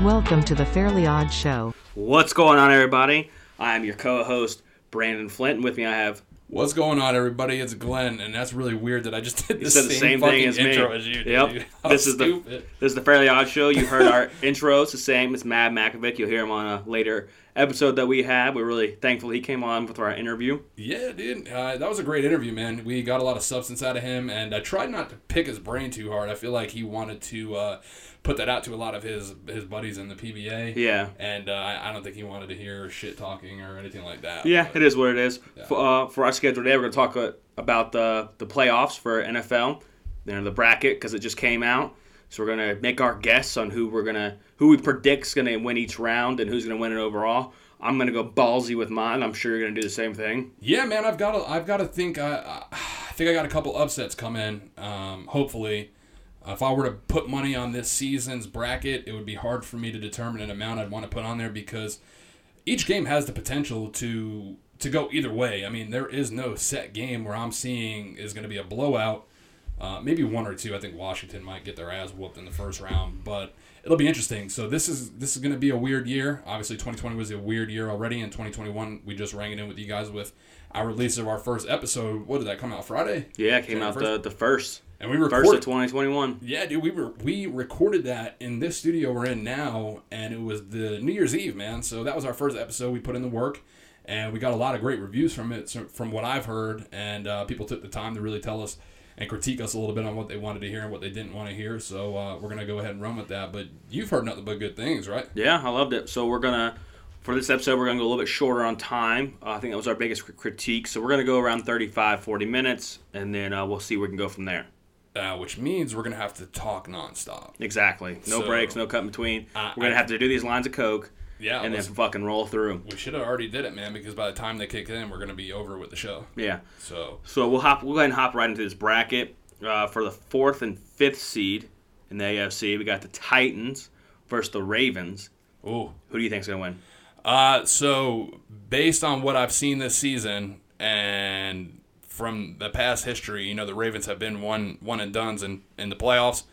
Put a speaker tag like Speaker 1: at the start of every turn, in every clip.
Speaker 1: Welcome to the Fairly Odd Show.
Speaker 2: What's going on, everybody? I'm your co-host Brandon Flint, and with me I have
Speaker 3: What's going on, everybody? It's Glenn, and that's really weird that I just did the,
Speaker 2: said
Speaker 3: same, fucking intro
Speaker 2: me.
Speaker 3: as you. Did,
Speaker 2: yep,
Speaker 3: dude. How
Speaker 2: this is the
Speaker 3: stupid.
Speaker 2: this is the Fairly Odd Show. You heard our intros the same. It's Mad Makovic. You'll hear him on a later episode that we had. We're really thankful he came on with our interview.
Speaker 3: yeah, dude. Uh, that was a great interview, man. We got a lot of substance out of him, and I tried not to pick his brain too hard. I feel like he wanted to uh, put that out to a lot of his his buddies in the PBA.
Speaker 2: Yeah,
Speaker 3: and uh, I I don't think he wanted to hear shit talking or anything like that.
Speaker 2: yeah,
Speaker 3: but-
Speaker 2: it is what it is. For, uh, for our schedule today, we're going to talk uh, about the the playoffs for NFL, you know, the bracket because it just came out. So we're going to make our guess on who we're going to who we predict's going to win each round and who's going to win it overall. I'm going to go ballsy with mine. I'm sure you're going to do the same thing.
Speaker 3: Yeah, man, I've got to, I've got to think. I, I I think I got a couple upsets come in. Um, hopefully, if I were to put money on this season's bracket, it would be hard for me to determine an amount I'd want to put on there because each game has the potential to to go either way. I mean, there is no set game where I'm seeing is going to be a blowout. Uh, maybe one or two. I think Washington might get their ass whooped in the first round, but it'll be interesting. So this is this is going to be a weird year. Obviously, 2020 was a weird year already, and 2021 we just rang it in with you guys with our release of our first episode. What did that come out Friday?
Speaker 2: Yeah, it came
Speaker 3: January
Speaker 2: out
Speaker 3: first?
Speaker 2: the, the first.
Speaker 3: and we
Speaker 2: First
Speaker 3: recorded
Speaker 2: of 2021.
Speaker 3: yeah, dude, we were we recorded that in this studio we're in now, and it was the New Year's Eve, man. So that was our first episode. We put in the work, and we got a lot of great reviews from it, so- from what I've heard, and uh, people took the time to really tell us and critique us a little bit on what they wanted to hear and what they didn't want to hear. So uh, we're gonna go ahead and run with that. But you've heard nothing but good things, right?
Speaker 2: Yeah, I loved it. So we're gonna for this episode we're gonna go a little bit shorter on time. Uh, I think that was our biggest cr- critique. So we're gonna go around 35, 40 minutes, and then uh, we'll see where we can go from there.
Speaker 3: Uh, which means we're gonna have to talk nonstop.
Speaker 2: Exactly. No
Speaker 3: So-
Speaker 2: breaks, no cut in between.
Speaker 3: I-
Speaker 2: We're gonna
Speaker 3: I-
Speaker 2: have to do these lines of coke,
Speaker 3: Yeah,
Speaker 2: and then
Speaker 3: let's-
Speaker 2: fucking roll through.
Speaker 3: we should have already did it, man, because by the time they kick in, we're gonna be over with the show.
Speaker 2: Yeah.
Speaker 3: So
Speaker 2: So we'll hop. We'll go ahead and hop right into this bracket uh, for the fourth and fifth seed in the AFC. We got the Titans versus the Ravens.
Speaker 3: ooh.
Speaker 2: Who do you think's gonna win?
Speaker 3: Uh, so based on what I've seen this season and from the past history, you know the Ravens have been one one and duns in in the playoffs.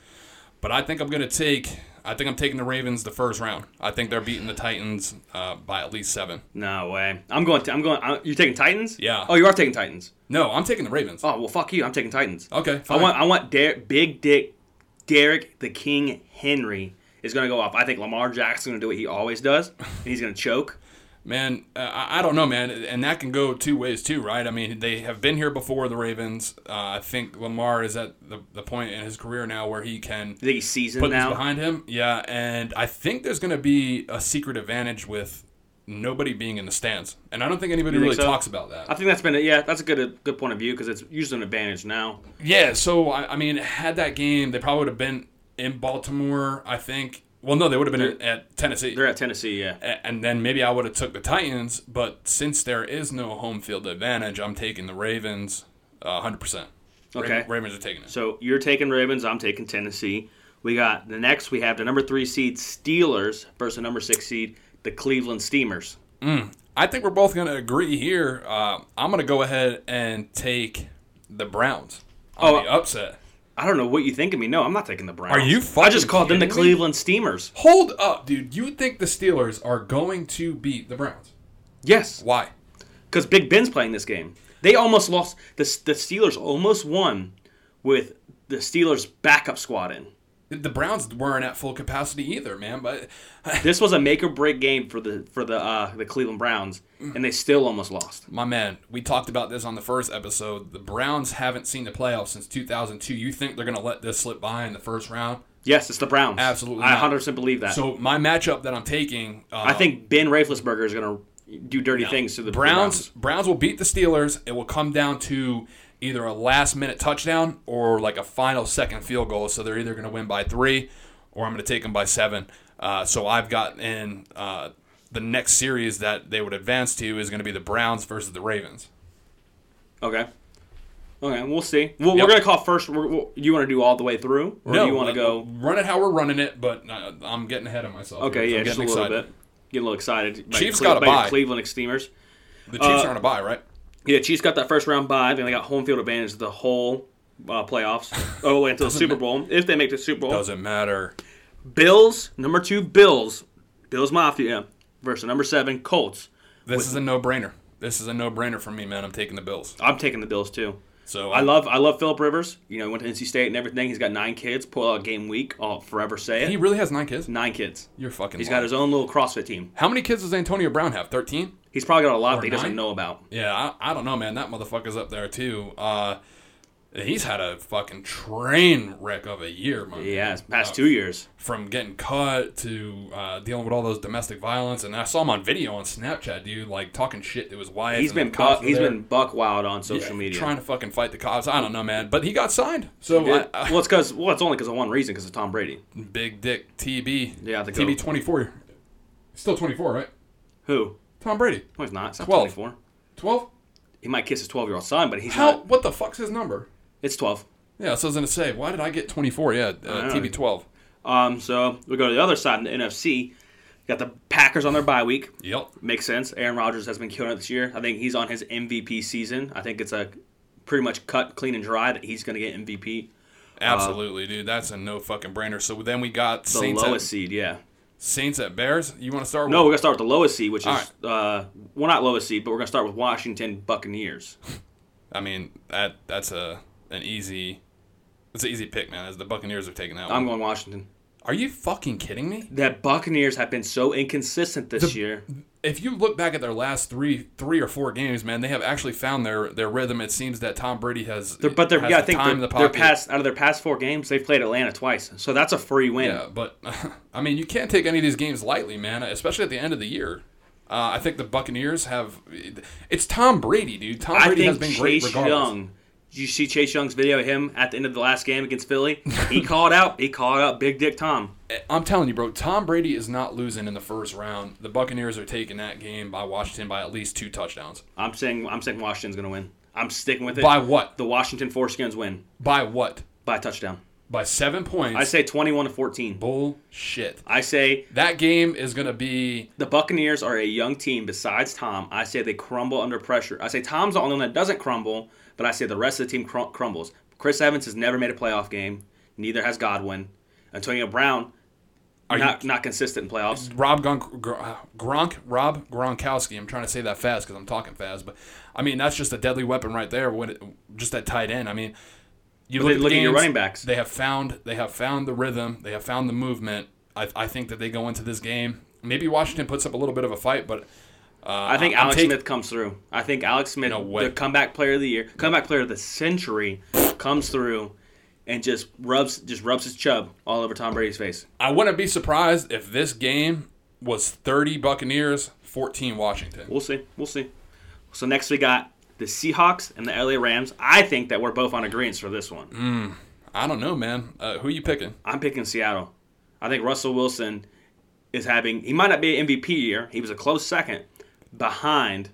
Speaker 3: But I think I'm gonna take. I think I'm taking the Ravens the first round. I think they're beating the Titans uh, by at least seven.
Speaker 2: No way. I'm going. I'm going. I, you're taking Titans.
Speaker 3: Yeah.
Speaker 2: Oh, you are taking Titans.
Speaker 3: No, I'm taking the Ravens.
Speaker 2: Oh well, fuck you. I'm taking Titans. I
Speaker 3: Okay, Oh, fine.
Speaker 2: want. I want. Der- Big Dick, Derek the King Henry is going to go off. I think Lamar Jackson's going to do what he always does, and he's going to choke.
Speaker 3: Man, uh, I I don't know, man, and that can go two ways too, right? I mean, they have been here before the Ravens. Uh, I think Lamar is at the, the point in his career now where he can
Speaker 2: I think he's seasoned
Speaker 3: put these
Speaker 2: now.
Speaker 3: behind him. Yeah, and I think there's going to be a secret advantage with nobody being in the stands, and I don't think anybody
Speaker 2: think
Speaker 3: really
Speaker 2: so? Uh,
Speaker 3: talks about that.
Speaker 2: I think that's been. A, yeah, that's a good. A good point of view because it's usually an advantage now.
Speaker 3: yeah, so I, I mean, had that game, they probably would have been in Baltimore. I think. Well, no, they would have been at, at Tennessee.
Speaker 2: They're at Tennessee. Yeah.
Speaker 3: A- and then maybe I would have took the Titans, but since there is no home field advantage, I'm taking the Ravens, uh, hundred percent.
Speaker 2: Okay.
Speaker 3: Ravens are taking it.
Speaker 2: So you're taking Ravens. I'm taking Tennessee. We got the next. We have the number three seed Steelers versus the number six seed the Cleveland Steamers.
Speaker 3: I think we're both going to agree here. Uh, I'm going to go ahead and take the Browns on
Speaker 2: Oh,
Speaker 3: the upset.
Speaker 2: I don't know what you think of me. No, I'm not taking the Browns.
Speaker 3: Are you
Speaker 2: I
Speaker 3: fucking
Speaker 2: just called them the
Speaker 3: kidding me?
Speaker 2: Cleveland Steamers.
Speaker 3: Hold up, dude. You think the Steelers are going to beat the Browns?
Speaker 2: Yes,
Speaker 3: Why?
Speaker 2: because Big Ben's playing this game. They almost lost. The, the Steelers almost won with the Steelers backup squad in.
Speaker 3: The Browns weren't at full capacity either, man. But
Speaker 2: This was a make or break game for the for the uh, the Cleveland Browns,
Speaker 3: Mm.
Speaker 2: and they still almost lost.
Speaker 3: my man, we talked about this on the first episode. The Browns haven't seen the playoffs since 2002. You think they're going to let this slip by in the first round?
Speaker 2: Yes, it's the Browns.
Speaker 3: Absolutely
Speaker 2: I
Speaker 3: not.
Speaker 2: 100 percent believe that.
Speaker 3: So my matchup that I'm taking, uh,
Speaker 2: I think Ben Roethlisberger is going to do dirty things to the
Speaker 3: Browns Browns will beat the Steelers. It will come down to either a last minute touchdown or like a final second field goal. So they're either going to win by three, or I'm going to take them by seven. Uh, so I've got in uh, the next series that they would advance to is going to be the Browns versus the Ravens.
Speaker 2: Okay. Okay, we'll see. Well,
Speaker 3: Yep.
Speaker 2: we're gonna call first. We're, we're, you want to do all the way through, or do you want to
Speaker 3: uh,
Speaker 2: go?
Speaker 3: run it how we're running it? But uh, I'm getting ahead of myself.
Speaker 2: Okay,
Speaker 3: here.
Speaker 2: yeah,
Speaker 3: I'm
Speaker 2: just a
Speaker 3: getting
Speaker 2: little
Speaker 3: excited.
Speaker 2: bit. Get a little excited. By
Speaker 3: Chiefs
Speaker 2: Cle-
Speaker 3: got a
Speaker 2: by your
Speaker 3: bye.
Speaker 2: Cleveland Steamers.
Speaker 3: The Chiefs
Speaker 2: Uh,
Speaker 3: are on a bye, right?
Speaker 2: Yeah, Chiefs got that first round bye. Then they got home field advantage the whole uh, playoffs. oh, wait, until the Super Bowl. If they make the Super Bowl,
Speaker 3: Doesn't matter.
Speaker 2: Bills, number two, Bills. Bills Mafia versus number seven, Colts.
Speaker 3: This is a no-brainer. This is a no-brainer for me, man. I'm taking the Bills.
Speaker 2: I'm taking the Bills too.
Speaker 3: So
Speaker 2: I love I love Philip Rivers. You know, he went to NC State and everything. He's got nine kids. Pull out game week. I'll forever say it.
Speaker 3: He really has nine kids.
Speaker 2: nine kids.
Speaker 3: You're fucking.
Speaker 2: He's
Speaker 3: lying.
Speaker 2: got his own little CrossFit team.
Speaker 3: How many kids does Antonio Brown have? Thirteen.
Speaker 2: He's probably got a lot that he
Speaker 3: nine?
Speaker 2: doesn't know about.
Speaker 3: Yeah, I, I don't know, man. That motherfucker's up there too. Uh, he's had a fucking train wreck of a year, man.
Speaker 2: Yeah, it's past two years.
Speaker 3: From getting cut to uh, dealing with all those domestic violence, and I saw him on video on Snapchat, dude, like talking shit to his wife.
Speaker 2: He's
Speaker 3: and the
Speaker 2: been
Speaker 3: cops
Speaker 2: buck,
Speaker 3: were
Speaker 2: he's
Speaker 3: there.
Speaker 2: been buck wild on social
Speaker 3: Yeah,
Speaker 2: media.
Speaker 3: trying to fucking fight the cops. I don't know, man, but he got signed. So
Speaker 2: It-
Speaker 3: I, I-
Speaker 2: well, it's because well, it's only because of one reason, because of Tom Brady.
Speaker 3: big dick TB.
Speaker 2: Yeah, the
Speaker 3: TB
Speaker 2: goat.
Speaker 3: twenty four. Still twenty four, right?
Speaker 2: Who?
Speaker 3: Tom Brady,
Speaker 2: No, he's not. It's not
Speaker 3: 12.
Speaker 2: 24.
Speaker 3: twelve.
Speaker 2: He might kiss his 12 year old son, but he's
Speaker 3: How?
Speaker 2: not.
Speaker 3: What the fuck's his number?
Speaker 2: It's 12.
Speaker 3: Yeah, so I was gonna say, why did I get twenty four? Yeah, uh,
Speaker 2: know.
Speaker 3: TB twelve.
Speaker 2: Um, so we go to the other side in the NFC. Got the Packers on their bye week.
Speaker 3: Yep.
Speaker 2: Makes sense. Aaron Rodgers has been killing it this year. I think he's on his MVP season. I think it's a pretty much cut, clean, and dry that he's going to get MVP.
Speaker 3: Absolutely, dude. That's a no fucking brainer. So then we got
Speaker 2: The
Speaker 3: Saints
Speaker 2: lowest
Speaker 3: at,
Speaker 2: seed, yeah.
Speaker 3: Saints at Bears. You want to start?
Speaker 2: No,
Speaker 3: with?
Speaker 2: we're going to start with the lowest seed, which is, uh, well, not lowest seed, but we're going to start with Washington Buccaneers.
Speaker 3: I mean that that's a an easy. It's an easy pick, man. As the Buccaneers have taken that one.
Speaker 2: I'm going Washington.
Speaker 3: Are you fucking kidding me?
Speaker 2: That Buccaneers have been so inconsistent this year.
Speaker 3: if you look back at their last three three or four games, man, they have actually found their their rhythm. It seems that Tom Brady has
Speaker 2: They're, but they're,
Speaker 3: has
Speaker 2: yeah, I
Speaker 3: the
Speaker 2: think
Speaker 3: time in
Speaker 2: they're,
Speaker 3: the
Speaker 2: they're
Speaker 3: pocket.
Speaker 2: past out of their past four games, they've played Atlanta twice, so that's a free win.
Speaker 3: Yeah, but I mean, you can't take any of these games lightly, man. Especially at the end of the year. Uh, I think the Buccaneers have. It's Tom Brady, dude. Tom
Speaker 2: I
Speaker 3: Brady has
Speaker 2: think
Speaker 3: been great
Speaker 2: Chase
Speaker 3: regardless.
Speaker 2: Young. Did you see Chase Young's video of him at the end of the last game against Philly? He called out. He called out Big Dick Tom.
Speaker 3: Eh, I'm telling you, bro. Tom Brady is not losing in the first round. The Buccaneers are taking that game by Washington by at least two touchdowns.
Speaker 2: I'm saying I'm saying Washington's gonna win. I'm sticking with it.
Speaker 3: By what?
Speaker 2: The Washington Foreskins win
Speaker 3: By what?
Speaker 2: by a touchdown.
Speaker 3: By seven points.
Speaker 2: I say 21 to 14.
Speaker 3: bullshit.
Speaker 2: I say
Speaker 3: That game is gonna be
Speaker 2: the Buccaneers are a young team. Besides Tom, I say they crumble under pressure. I say Tom's the only one that doesn't crumble, but I say the rest of the team crum- crumbles. Chris Evans has never made a playoff game. Neither has Godwin. Antonio Brown, not not consistent in playoffs.
Speaker 3: Rob Gronk, Gr- uh, Gronk, Rob Gronkowski. I'm trying to say that fast because I'm talking fast, but I mean that's just a deadly weapon right there. When it, just that tight end, I mean, you
Speaker 2: But
Speaker 3: look,
Speaker 2: they-
Speaker 3: at, the
Speaker 2: look at your
Speaker 3: games,
Speaker 2: running backs.
Speaker 3: They have found they have found the rhythm. They have found the movement. I, I think that they go into this game. Maybe Washington puts up a little bit of a fight, but uh,
Speaker 2: I think
Speaker 3: I'm
Speaker 2: Alex
Speaker 3: taking-
Speaker 2: Smith comes through. I think Alex Smith,
Speaker 3: No way.
Speaker 2: the comeback player of the year, comeback player of the century, comes through and just rubs just rubs his chub all over Tom Brady's face.
Speaker 3: I wouldn't be surprised if this game was 30 Buccaneers, 14 Washington.
Speaker 2: We'll see. We'll see. So next we got the Seahawks and the LA Rams. I think that we're both on agreements for this one.
Speaker 3: I don't know, man. Uh, who you picking?
Speaker 2: I'm picking Seattle. I think Russell Wilson is having he might not be an MVP year. He was a close second behind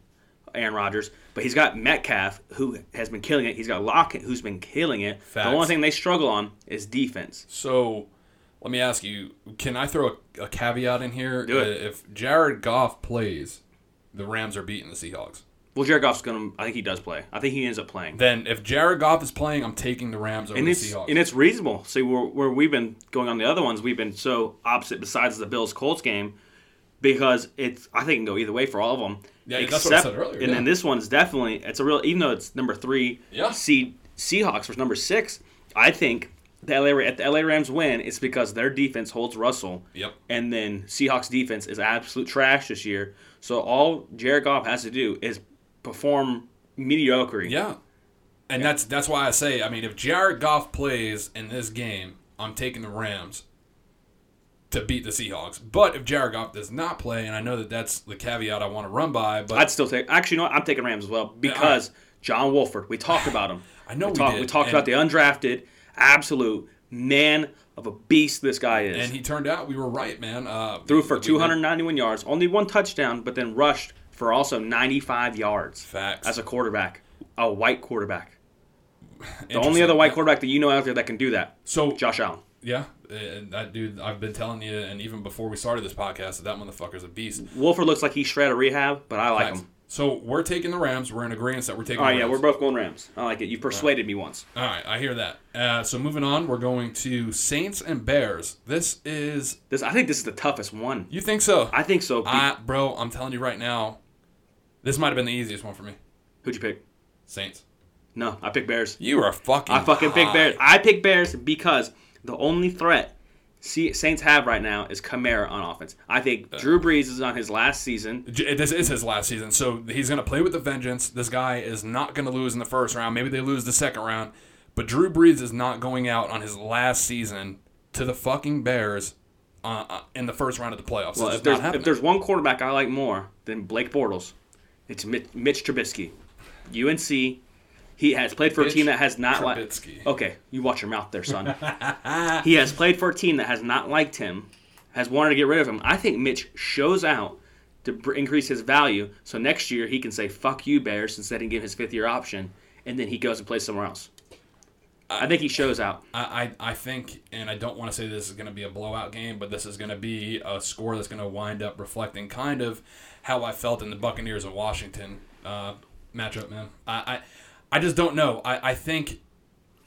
Speaker 2: Aaron Rodgers, but he's got Metcalf who has been killing it. He's got Lockett who's been killing it.
Speaker 3: Facts.
Speaker 2: The only thing they struggle on is defense.
Speaker 3: So let me ask you: Can I throw a, a caveat in here?
Speaker 2: Do it.
Speaker 3: Uh, If Jared Goff plays, the Rams are beating the Seahawks.
Speaker 2: Well, Jared Goff's gonna. I think he does play. I think he ends up playing.
Speaker 3: Then if Jared Goff is playing, I'm taking the Rams over
Speaker 2: And
Speaker 3: the
Speaker 2: it's
Speaker 3: Seahawks.
Speaker 2: and it's reasonable. See, where, where we've been going on the other ones, we've been so opposite. Besides the Bills Colts game, because it's I think it can go either way for all of them.
Speaker 3: Yeah, that's what I said earlier,
Speaker 2: And
Speaker 3: yeah.
Speaker 2: then this one's definitely it's a real even though it's number three.
Speaker 3: Yeah.
Speaker 2: Seed Seahawks versus number six. I think the LA Ra- at the LA Rams win. It's because their defense holds Russell.
Speaker 3: Yep.
Speaker 2: And then Seahawks defense is absolute trash this year. So all Jared Goff has to do is perform mediocrity.
Speaker 3: yeah, and that's that's why I say. I mean, if Jared Goff plays in this game, I'm taking the Rams to beat the Seahawks. But if Jared Goff does not play, and I know that that's the caveat I want to run by, but
Speaker 2: I'd still take. Actually, no, I'm taking Rams as well because John Wolford. We talked about him.
Speaker 3: I know
Speaker 2: we,
Speaker 3: we
Speaker 2: talked.
Speaker 3: did,
Speaker 2: We talked about the undrafted, absolute man of a beast. This guy is
Speaker 3: and he turned out we were right, man. Uh,
Speaker 2: threw for
Speaker 3: we- we-
Speaker 2: 291 yards, only one touchdown, but then rushed for also 95 yards.
Speaker 3: Facts.
Speaker 2: As a quarterback, a white quarterback. The only
Speaker 3: Interesting.
Speaker 2: other white quarterback that you know out there that can do that,
Speaker 3: So
Speaker 2: Josh Allen.
Speaker 3: Yeah, and that dude, I've been telling you, and even before we started this podcast, that that motherfucker's a beast.
Speaker 2: Wolford looks like he's shred of rehab, but I like
Speaker 3: Facts.
Speaker 2: him.
Speaker 3: So we're taking the Rams. We're in agreement that we're taking.
Speaker 2: All right,
Speaker 3: the
Speaker 2: yeah,
Speaker 3: Rams.
Speaker 2: we're both going Rams. I like it. You persuaded me once.
Speaker 3: All right, I hear that. Uh, so moving on, we're going to Saints and Bears. This is
Speaker 2: This I think this is the toughest one.
Speaker 3: you think so?
Speaker 2: I think so.
Speaker 3: I, bro, I'm telling you right now, this might have been the easiest one for me.
Speaker 2: Who'd you pick?
Speaker 3: Saints.
Speaker 2: No, I picked Bears.
Speaker 3: You are fucking.
Speaker 2: I fucking pick
Speaker 3: high.
Speaker 2: Bears. I pick Bears because the only threat see, Saints have right now is Kamara on offense. I think Drew Brees is on his last season.
Speaker 3: J- This is his last season, so he's going to play with a vengeance. This guy is not going to lose in the first round. Maybe they lose the second round, but Drew Brees is not going out on his last season to the fucking Bears uh, uh, in the first round of the playoffs.
Speaker 2: Well,
Speaker 3: it's
Speaker 2: if
Speaker 3: just not
Speaker 2: there's,
Speaker 3: happening.
Speaker 2: if there's one quarterback I like more than Blake Bortles, it's Mi- Mitch Trubisky. UNC. He has played for a
Speaker 3: Mitch
Speaker 2: team that has not liked.
Speaker 3: Trubisky.
Speaker 2: Okay, you watch your mouth there, son. he has played for a team that has not liked him, has wanted to get rid of him. I think Mitch shows out to br- increase his value, so next year he can say "fuck you, Bears" since they didn't give him his fifth year option, and then he goes and plays somewhere else. I think he shows out.
Speaker 3: I, I I think, and I don't want to say this is going to be a blowout game, but this is going to be a score that's going to wind up reflecting kind of how I felt in the Buccaneers and Washington uh, matchup, man. I, I I just don't know. I, I think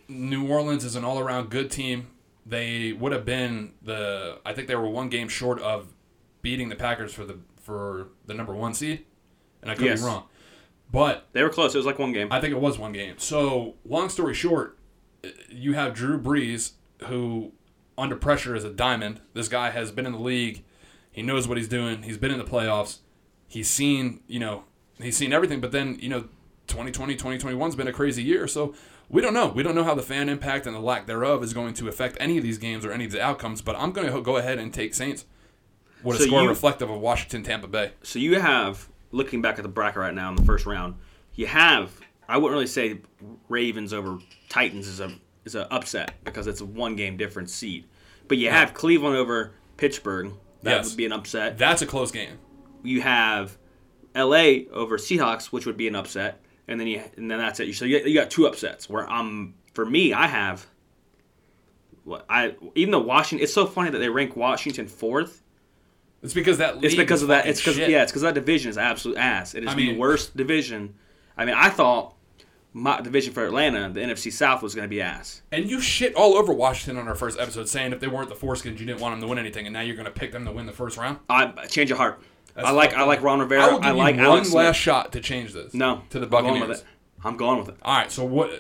Speaker 3: New Orleans is an all around good team. They would have been the I think they were one game short of beating the Packers for the for the number one seed, and I could
Speaker 2: Yes.
Speaker 3: be wrong, but
Speaker 2: They were close. It was like one game.
Speaker 3: I think it was one game. So, long story short, you have Drew Brees, who under pressure is a diamond. This guy has been in the league. He knows what he's doing. He's been in the playoffs. He's seen, you know, he's seen everything. But then, you know, 2020, 2021 has been a crazy year. So we don't know. We don't know how the fan impact and the lack thereof is going to affect any of these games or any of the outcomes. But I'm going to go ahead and take Saints with a
Speaker 2: So
Speaker 3: score
Speaker 2: you-
Speaker 3: reflective of Washington, Tampa Bay.
Speaker 2: so you have looking back at the bracket right now in the first round, you have I wouldn't really say Ravens over Titans is a is a upset because it's a one game difference seed, but you have Cleveland over Pittsburgh that
Speaker 3: Yes.
Speaker 2: would be an upset.
Speaker 3: That's a close game.
Speaker 2: you have L.A. over Seahawks, which would be an upset, and then you and then that's it. So you, you got two upsets. Where I'm for me, I have what I even though Washington. It's so funny that they rank Washington fourth
Speaker 3: It's because that.
Speaker 2: it's
Speaker 3: league
Speaker 2: because
Speaker 3: is
Speaker 2: of that.
Speaker 3: fucking
Speaker 2: It's because
Speaker 3: shit.
Speaker 2: yeah, it's because that division is absolute ass. It is
Speaker 3: I
Speaker 2: the
Speaker 3: mean-
Speaker 2: worst division. I mean, I thought my division for Atlanta, the NFC South, was going to be ass.
Speaker 3: And you shit all over Washington on our first episode, saying if they weren't the foreskins, you didn't want them to win anything, and now you're going to pick them to win the first round.
Speaker 2: I change of heart. I like I like Ron Rivera.
Speaker 3: I will
Speaker 2: I,
Speaker 3: give you
Speaker 2: like
Speaker 3: one
Speaker 2: Alex Smith.
Speaker 3: last shot to change this.
Speaker 2: No,
Speaker 3: to the
Speaker 2: I'm going with
Speaker 3: Buccaneers.
Speaker 2: it. I'm going with it.
Speaker 3: All right, so what?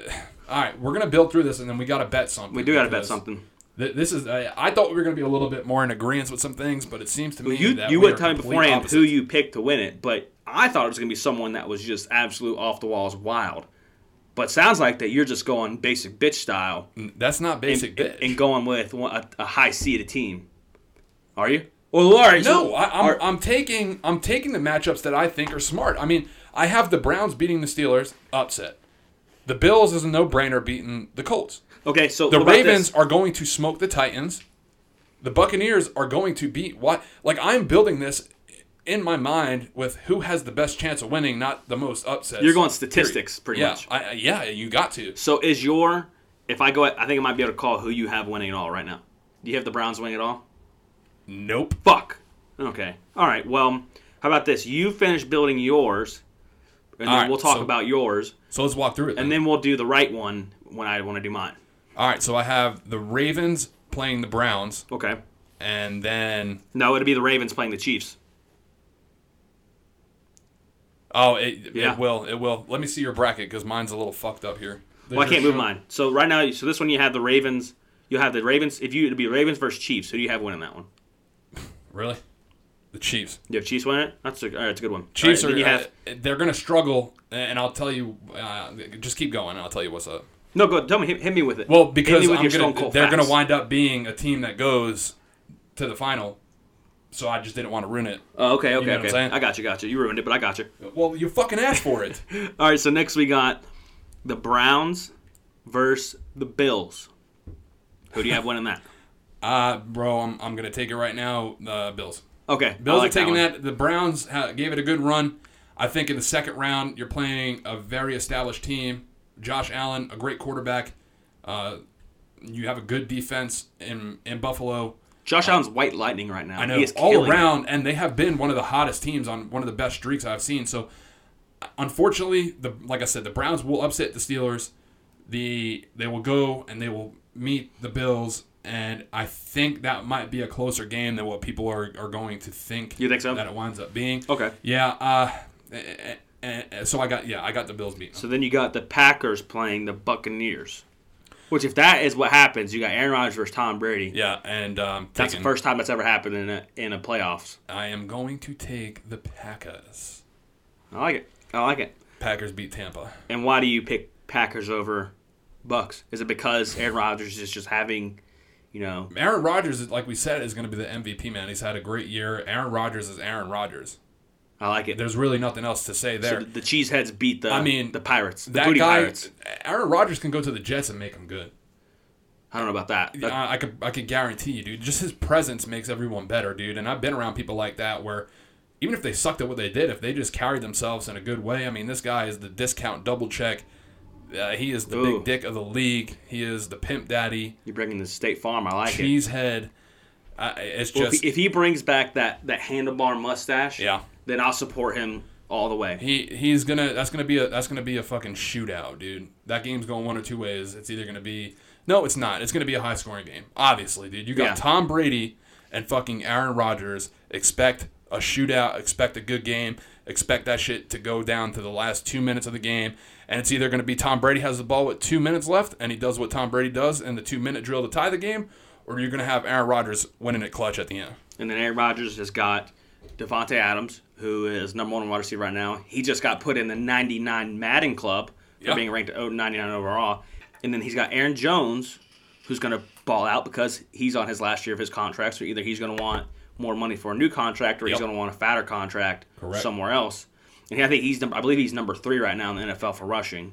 Speaker 3: All right, we're going to build through this, and then we got to bet something.
Speaker 2: We do got to bet
Speaker 3: because
Speaker 2: something.
Speaker 3: th- this is. I, I thought we were going to be a little bit more in agreement with some things, but it seems to me
Speaker 2: You
Speaker 3: that
Speaker 2: you
Speaker 3: we
Speaker 2: would
Speaker 3: are
Speaker 2: tell me
Speaker 3: complete
Speaker 2: beforehand who
Speaker 3: opposites.
Speaker 2: you picked to win it, but I thought it was going to be someone that was just absolute off the walls wild. But sounds like that you're just going basic bitch style
Speaker 3: That's not basic.
Speaker 2: and,
Speaker 3: bitch.
Speaker 2: and going with one, a, a high seeded team. Are you? Well, all right. so-
Speaker 3: No, I, I'm,
Speaker 2: are-
Speaker 3: I'm taking I'm taking the matchups that I think are smart. I mean, I have the Browns beating the Steelers upset. The Bills is a no brainer beating the Colts.
Speaker 2: Okay, so
Speaker 3: The
Speaker 2: what about
Speaker 3: Ravens
Speaker 2: this?
Speaker 3: are going to smoke the Titans. The Buccaneers are going to beat what? Like I'm building this in my mind with who has the best chance of winning, not the most upsets.
Speaker 2: You're going statistics, pretty
Speaker 3: yeah,
Speaker 2: much.
Speaker 3: I, I- yeah, you got to.
Speaker 2: So is your if I go, I think I might be able to call who you have winning it all right now. Do you have the Browns winning it all?
Speaker 3: Nope.
Speaker 2: Fuck. Okay. All right. Well, how about this? You finish building yours, and
Speaker 3: All
Speaker 2: then
Speaker 3: right,
Speaker 2: we'll talk
Speaker 3: so-
Speaker 2: about yours,
Speaker 3: So let's walk through it.
Speaker 2: and then we'll do the right one when I want to do mine.
Speaker 3: All right, so I have the Ravens playing the Browns,
Speaker 2: Okay.
Speaker 3: and then
Speaker 2: No, it'll be the Ravens playing the Chiefs.
Speaker 3: Oh, it,
Speaker 2: Yeah.
Speaker 3: it will. It will. Let me see your bracket because mine's a little fucked up here.
Speaker 2: Well, I
Speaker 3: There's
Speaker 2: can't
Speaker 3: your
Speaker 2: move
Speaker 3: show-
Speaker 2: mine. So right now, so this one you have the Ravens. You have the Ravens. If you it'll be Ravens versus Chiefs, who do you have winning that one?
Speaker 3: Really? The Chiefs.
Speaker 2: You have Chiefs winning it. That's a, all right. It's a good one.
Speaker 3: Chiefs
Speaker 2: all right, then
Speaker 3: are.
Speaker 2: you have,
Speaker 3: uh, they're going to struggle, and I'll tell you. Uh, just keep going, and I'll tell you what's up.
Speaker 2: No, go. Tell me. Hit, hit me with it.
Speaker 3: Well,
Speaker 2: hit
Speaker 3: because
Speaker 2: me with
Speaker 3: I'm
Speaker 2: your
Speaker 3: gonna,
Speaker 2: Stone Cold
Speaker 3: they're going
Speaker 2: facts.
Speaker 3: to wind up being a team that goes to the final, so I just didn't want to ruin it.
Speaker 2: Oh, okay, okay,
Speaker 3: know what I'm
Speaker 2: okay.
Speaker 3: saying?
Speaker 2: I got you, got you. You ruined it, but I got you.
Speaker 3: Well, you fucking asked for it.
Speaker 2: All right. So next we got the Browns versus the Bills. Who do you have winning that?
Speaker 3: uh, bro, I'm, I'm going to take it right now. uh, Bills.
Speaker 2: Okay. I
Speaker 3: Bills
Speaker 2: like
Speaker 3: are taking
Speaker 2: one.
Speaker 3: that, The Browns ha- gave it a good run. I think in the second round, you're playing a very established team. Josh Allen, a great quarterback. Uh, you have a good defense in in Buffalo.
Speaker 2: Josh Allen's white lightning right now.
Speaker 3: I know
Speaker 2: He is
Speaker 3: all
Speaker 2: killing it.
Speaker 3: around, and they have been one of the hottest teams on one of the best streaks I've seen. So unfortunately, the like I said, the Browns will upset the Steelers. The they will go and they will meet the Bills, and I think that might be a closer game than what people are, are going to think.
Speaker 2: You think so?
Speaker 3: That it winds up being.
Speaker 2: Okay.
Speaker 3: Yeah. Uh, eh, eh, eh, so I got yeah I got the Bills beaten.
Speaker 2: So then you got the Packers playing the Buccaneers, which if that is what happens, you got Aaron Rodgers versus Tom Brady.
Speaker 3: yeah, and um,
Speaker 2: That's
Speaker 3: taking-
Speaker 2: the first time that's ever happened in a in a playoffs.
Speaker 3: I am going to take the Packers.
Speaker 2: I like it. I like it.
Speaker 3: Packers beat Tampa.
Speaker 2: And why do you pick Packers over Bucks? Is it because Aaron Rodgers is just having, you know,
Speaker 3: Aaron Rodgers, is- like we said, is going to be the MVP man. He's had a great year. Aaron Rodgers is Aaron Rodgers.
Speaker 2: I like it.
Speaker 3: There's really nothing else to say
Speaker 2: So
Speaker 3: there.
Speaker 2: the, the cheeseheads beat the
Speaker 3: I mean,
Speaker 2: the Pirates, the
Speaker 3: that
Speaker 2: booty
Speaker 3: guy,
Speaker 2: Pirates.
Speaker 3: Aaron Rodgers, can go to the Jets and make them good.
Speaker 2: I don't know about that. That-
Speaker 3: I, I could, I could guarantee you, dude. Just his presence makes everyone better, dude. And I've been around people like that where, even if they sucked at what they did, if they just carried themselves in a good way, I mean, this guy is the discount double check. Uh, he is the
Speaker 2: Ooh.
Speaker 3: big dick of the league. He is the pimp daddy.
Speaker 2: you're bringing the State Farm. I like it.
Speaker 3: cheesehead. Uh, it's
Speaker 2: Well, if,
Speaker 3: just
Speaker 2: he, if he brings back that that handlebar mustache,
Speaker 3: Yeah.
Speaker 2: then I'll support him all the way.
Speaker 3: he he's gonna that's gonna be a that's gonna be a fucking shootout, dude. That game's going one or two ways. It's either gonna be no, it's not. It's gonna be a high scoring game, obviously, dude. You got
Speaker 2: Yeah.
Speaker 3: Tom Brady and fucking Aaron Rodgers. Expect a shootout. Expect a good game. Expect that shit to go down to the last two minutes of the game, and it's either gonna be Tom Brady has the ball with two minutes left, and he does what Tom Brady does in the two minute drill to tie the game, or you're gonna have Aaron Rodgers winning it clutch at the end.
Speaker 2: And then Aaron Rodgers has got Devonte Adams, who is number one wide receiver right now. He just got put in the 99 Madden Club for
Speaker 3: Yeah.
Speaker 2: being ranked 99 overall. And then he's got Aaron Jones, who's going to ball out because he's on his last year of his contract. So either he's going to want more money for a new contract, or he's
Speaker 3: Yep.
Speaker 2: going to want a fatter contract
Speaker 3: Correct.
Speaker 2: somewhere else. And I think he's, number, I believe he's number three right now in the NFL for rushing.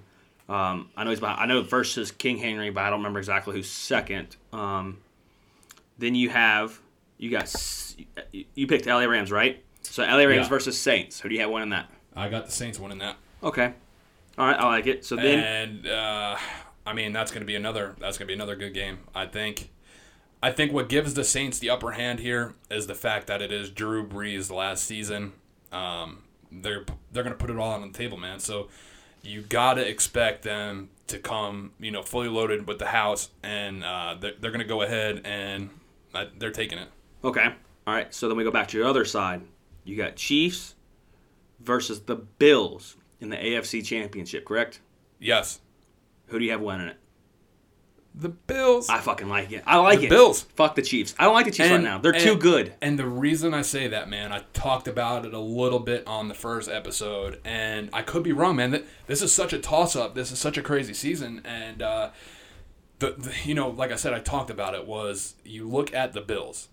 Speaker 2: Um, I know he's behind, I know versus King Henry, but I don't remember exactly who's second. Um, then you have you got s- you picked LA Rams, right? So LA Rams
Speaker 3: Yeah.
Speaker 2: versus Saints. Who do you have winning that?
Speaker 3: I got the Saints winning that.
Speaker 2: Okay, all right, I like it. So then
Speaker 3: and uh, I mean that's going to be another that's going to be another good game. I think I think what gives the Saints the upper hand here is the fact that it is Drew Brees last season. Um, they're they're going to put it all on the table, man. So you got to expect them to come, you know, fully loaded with the house, and uh, they're, they're going to go ahead and uh, they're taking it.
Speaker 2: okay, all right. So then we go back to your other side. You got Chiefs versus the Bills in the AFC Championship, correct?
Speaker 3: Yes,
Speaker 2: Who do you have winning it?
Speaker 3: the Bills.
Speaker 2: I fucking like it. I like
Speaker 3: The
Speaker 2: it.
Speaker 3: Bills.
Speaker 2: Fuck the Chiefs. I don't like the Chiefs right now. They're too
Speaker 3: and-
Speaker 2: good.
Speaker 3: And the reason I say that, man, I talked about it a little bit on the first episode, and I could be wrong, man. That this is such a toss-up. This is such a crazy season, and uh, the, the you know, like I said, I talked about it. Was you look at the Bills,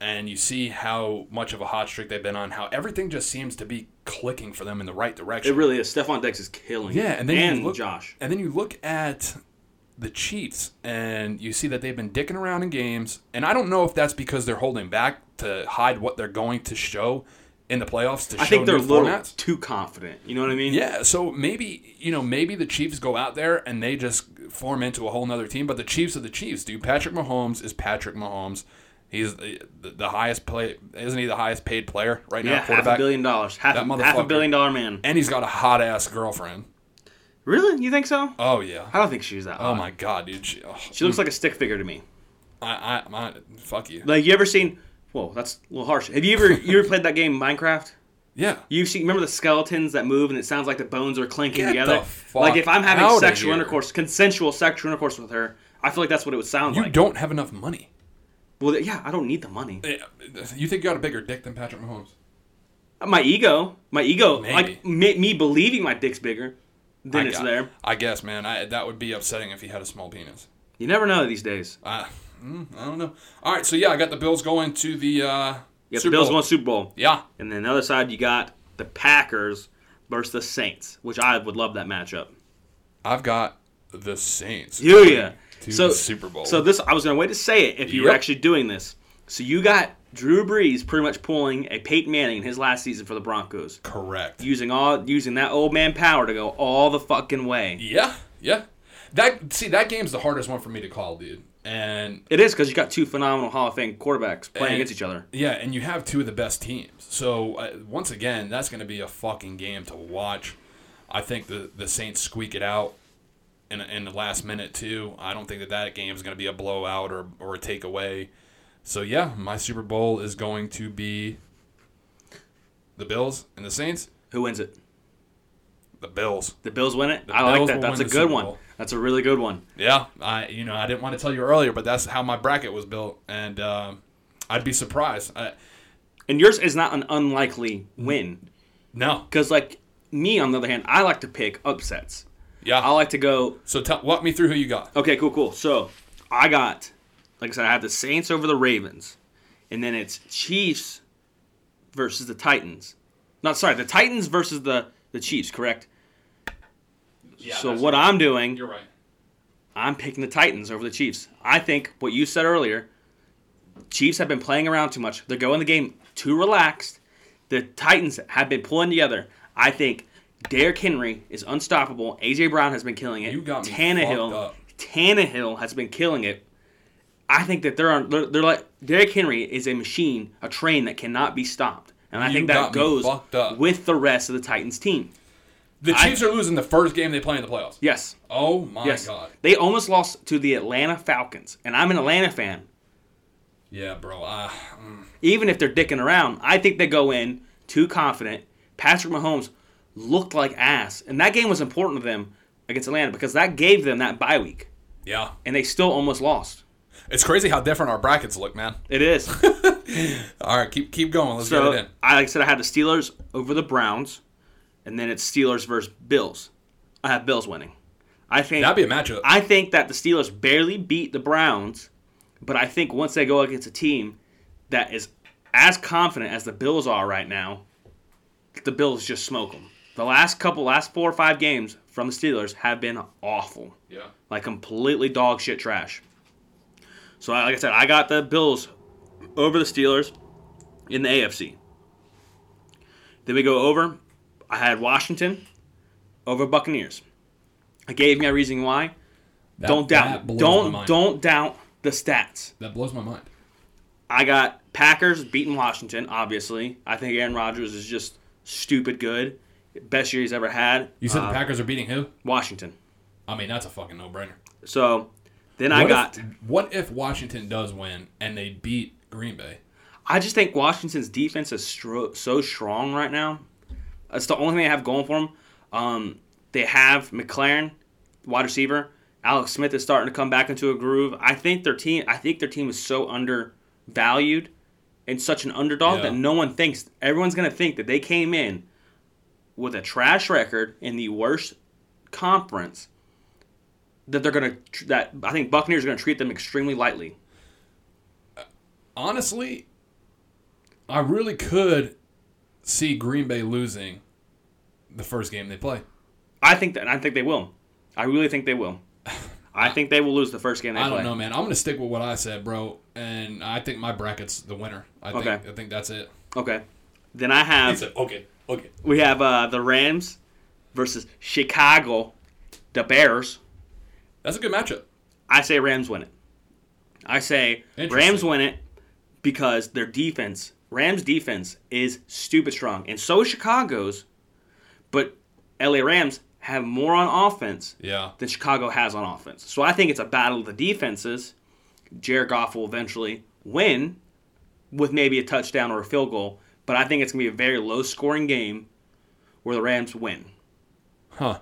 Speaker 3: and you see how much of a hot streak they've been on. How everything just seems to be clicking for them in the right direction.
Speaker 2: It really is. Stephon Diggs is killing.
Speaker 3: Yeah,
Speaker 2: it.
Speaker 3: and then you
Speaker 2: and
Speaker 3: look,
Speaker 2: Josh.
Speaker 3: and then you look at the Chiefs, and you see that they've been dicking around in games, and I don't know if that's because they're holding back to hide what they're going to show in the playoffs to
Speaker 2: I
Speaker 3: show
Speaker 2: think they're a
Speaker 3: new
Speaker 2: little
Speaker 3: formats.
Speaker 2: too confident. You know what I mean?
Speaker 3: Yeah, so maybe you know maybe the Chiefs go out there and they just form into a whole nother team. But the Chiefs are the Chiefs, dude. Patrick Mahomes is Patrick Mahomes. He's the, the highest play, isn't he? The highest paid player right now,
Speaker 2: Yeah, half a
Speaker 3: quarterback,
Speaker 2: billion dollars. Half,
Speaker 3: That
Speaker 2: a- half a
Speaker 3: motherfucker.
Speaker 2: billion dollar man.
Speaker 3: and he's got a hot ass girlfriend.
Speaker 2: Really? You think so?
Speaker 3: Oh yeah.
Speaker 2: I don't think she's that.
Speaker 3: Oh
Speaker 2: hot.
Speaker 3: my god, dude. She, oh,
Speaker 2: She looks like a stick figure to me.
Speaker 3: I, I, I, fuck you.
Speaker 2: Like you ever seen? Whoa, that's a little harsh. Have you ever you ever played that game Minecraft?
Speaker 3: Yeah.
Speaker 2: You see, remember the skeletons that move and it sounds like the bones are clinking
Speaker 3: Get
Speaker 2: together.
Speaker 3: the fuck
Speaker 2: like if I'm having
Speaker 3: outta
Speaker 2: sexual
Speaker 3: here.
Speaker 2: intercourse, consensual sexual intercourse with her, I feel like that's what it would sound
Speaker 3: You
Speaker 2: like.
Speaker 3: don't have enough money.
Speaker 2: Well, yeah, I don't need the money.
Speaker 3: Eh, You think you got a bigger dick than Patrick Mahomes?
Speaker 2: My ego, my ego,
Speaker 3: Maybe.
Speaker 2: like me, me believing my dick's bigger than
Speaker 3: I
Speaker 2: it's
Speaker 3: got-
Speaker 2: there.
Speaker 3: I guess, man. I, that would be upsetting if he had a small penis.
Speaker 2: You never know these days.
Speaker 3: I, mm, I don't know. All right, so yeah, I got the Bills going to the
Speaker 2: You
Speaker 3: uh,
Speaker 2: got the
Speaker 3: Super
Speaker 2: Bills
Speaker 3: Bowl.
Speaker 2: won Super Bowl.
Speaker 3: Yeah,
Speaker 2: And then the other side, you got the Packers versus the Saints, which I would love that matchup.
Speaker 3: I've got the Saints.
Speaker 2: Yeah, yeah.
Speaker 3: To
Speaker 2: so
Speaker 3: the Super Bowl.
Speaker 2: So this, I was gonna wait to say it if you were
Speaker 3: Yep.
Speaker 2: actually doing this. So you got Drew Brees pretty much pulling a Peyton Manning in his last season for the Broncos,
Speaker 3: correct.
Speaker 2: using all using that old man power to go all the fucking way.
Speaker 3: yeah, yeah. That see, that game's the hardest one for me to call, dude. And
Speaker 2: It is because you got two phenomenal Hall of Fame quarterbacks playing
Speaker 3: And-
Speaker 2: against each other.
Speaker 3: Yeah, and you have two of the best teams. So uh, once again, that's going to be a fucking game to watch. I think the the Saints squeak it out in in the last minute too. I don't think that that game is going to be a blowout or or a takeaway. So yeah, my Super Bowl is going to be the Bills and the Saints.
Speaker 2: Who wins it?
Speaker 3: The Bills.
Speaker 2: The Bills win it. I
Speaker 3: Bills
Speaker 2: like that.
Speaker 3: will
Speaker 2: That's a
Speaker 3: win the
Speaker 2: good
Speaker 3: Super
Speaker 2: one.
Speaker 3: Bowl.
Speaker 2: That's a really good one.
Speaker 3: Yeah, I you know I didn't want to tell you earlier, but that's how my bracket was built, and um, I'd be surprised. Uh, I,
Speaker 2: And yours is not an unlikely win
Speaker 3: no,
Speaker 2: because, like me, on the other hand, I like to pick upsets.
Speaker 3: yeah.
Speaker 2: I like to go.
Speaker 3: so tell, walk me through who you got.
Speaker 2: Okay, cool, cool. So I got, like I said, I have the Saints over the Ravens, and then it's Chiefs versus the Titans. Not sorry, the Titans versus the the Chiefs. Correct. so what I'm doing,
Speaker 3: You're right.
Speaker 2: I'm picking the Titans over the Chiefs. I think what you said earlier, Chiefs have been playing around too much. They're going the game too relaxed. The Titans have been pulling together. I think Derrick Henry is unstoppable. AJ Brown has been killing it.
Speaker 3: You got me
Speaker 2: Tannehill,
Speaker 3: fucked up.
Speaker 2: Tannehill has been killing it. I think that they're on. They're, they're like Derrick Henry is a machine, a train that cannot be stopped, and I
Speaker 3: You
Speaker 2: think
Speaker 3: got
Speaker 2: that
Speaker 3: me
Speaker 2: goes
Speaker 3: fucked up.
Speaker 2: with the rest of the Titans team.
Speaker 3: The Chiefs are losing the first game they play in the playoffs.
Speaker 2: Yes,
Speaker 3: Oh my
Speaker 2: yes,
Speaker 3: god.
Speaker 2: they almost lost to the Atlanta Falcons, and I'm an Atlanta fan.
Speaker 3: Yeah, bro. Uh,
Speaker 2: even if they're dicking around, I think they go in too confident. Patrick Mahomes looked like ass, and that game was important to them against Atlanta because that gave them that bye week,
Speaker 3: yeah.
Speaker 2: and they still almost lost.
Speaker 3: It's crazy how different our brackets look, man.
Speaker 2: It is.
Speaker 3: All right, keep keep going. Let's get it
Speaker 2: so
Speaker 3: in.
Speaker 2: I like I said I had the Steelers over the Browns, and then it's Steelers versus Bills. I have Bills winning. I think
Speaker 3: That'd be a matchup.
Speaker 2: I think that the Steelers barely beat the Browns, but I think once they go against a team that is as confident as the Bills are right now, the Bills just smoke them. The last couple, last four or five games from the Steelers have been awful,
Speaker 3: yeah.
Speaker 2: like completely dog shit trash. So, I- like I said, I got the Bills over the Steelers in the AFC. Then we go over. I had Washington over Buccaneers. I gave my reason why
Speaker 3: That-
Speaker 2: don't doubt
Speaker 3: that blows my
Speaker 2: don't
Speaker 3: mind.
Speaker 2: don't doubt the stats.
Speaker 3: That blows my mind.
Speaker 2: I got Packers beating Washington, obviously. I think Aaron Rodgers is just stupid good. Best year he's ever had.
Speaker 3: You said
Speaker 2: Uh,
Speaker 3: the Packers are beating who?
Speaker 2: Washington.
Speaker 3: I mean, that's a fucking no-brainer.
Speaker 2: So then I
Speaker 3: What
Speaker 2: got
Speaker 3: If, what if Washington does win and they beat Green Bay?
Speaker 2: I just think Washington's defense is stro- so strong right now. It's the only thing they have going for them. Um, they have McLaren, wide receiver. Alex Smith is starting to come back into a groove. I think their team. I think their team is so undervalued and such an underdog
Speaker 3: Yeah.
Speaker 2: that no one thinks. Everyone's gonna think that they came in with a trash record in the worst conference. That they're gonna. tr- That I think Buccaneers are gonna treat them extremely lightly.
Speaker 3: Honestly, I really could see Green Bay losing the first game they play.
Speaker 2: I think that I think they will. I really think they will. I think they will lose the first game they
Speaker 3: I don't
Speaker 2: play.
Speaker 3: know, man. I'm gonna stick with what I said, bro, and I think my bracket's the winner. I think
Speaker 2: Okay.
Speaker 3: I think that's it.
Speaker 2: Okay. Then I have
Speaker 3: okay, okay.
Speaker 2: we have uh, the Rams versus Chicago, the Bears.
Speaker 3: That's a good matchup.
Speaker 2: I say Rams win it. I say Rams
Speaker 3: Interesting.
Speaker 2: win it because their defense, Rams defense, is stupid strong, and so is Chicago's. But LA Rams have more on offense
Speaker 3: Yeah.
Speaker 2: than Chicago has on offense. So I think it's a battle of the defenses. Jared Goff will eventually win with maybe a touchdown or a field goal, but I think it's going to be a very low scoring game where the Rams win.
Speaker 3: Huh.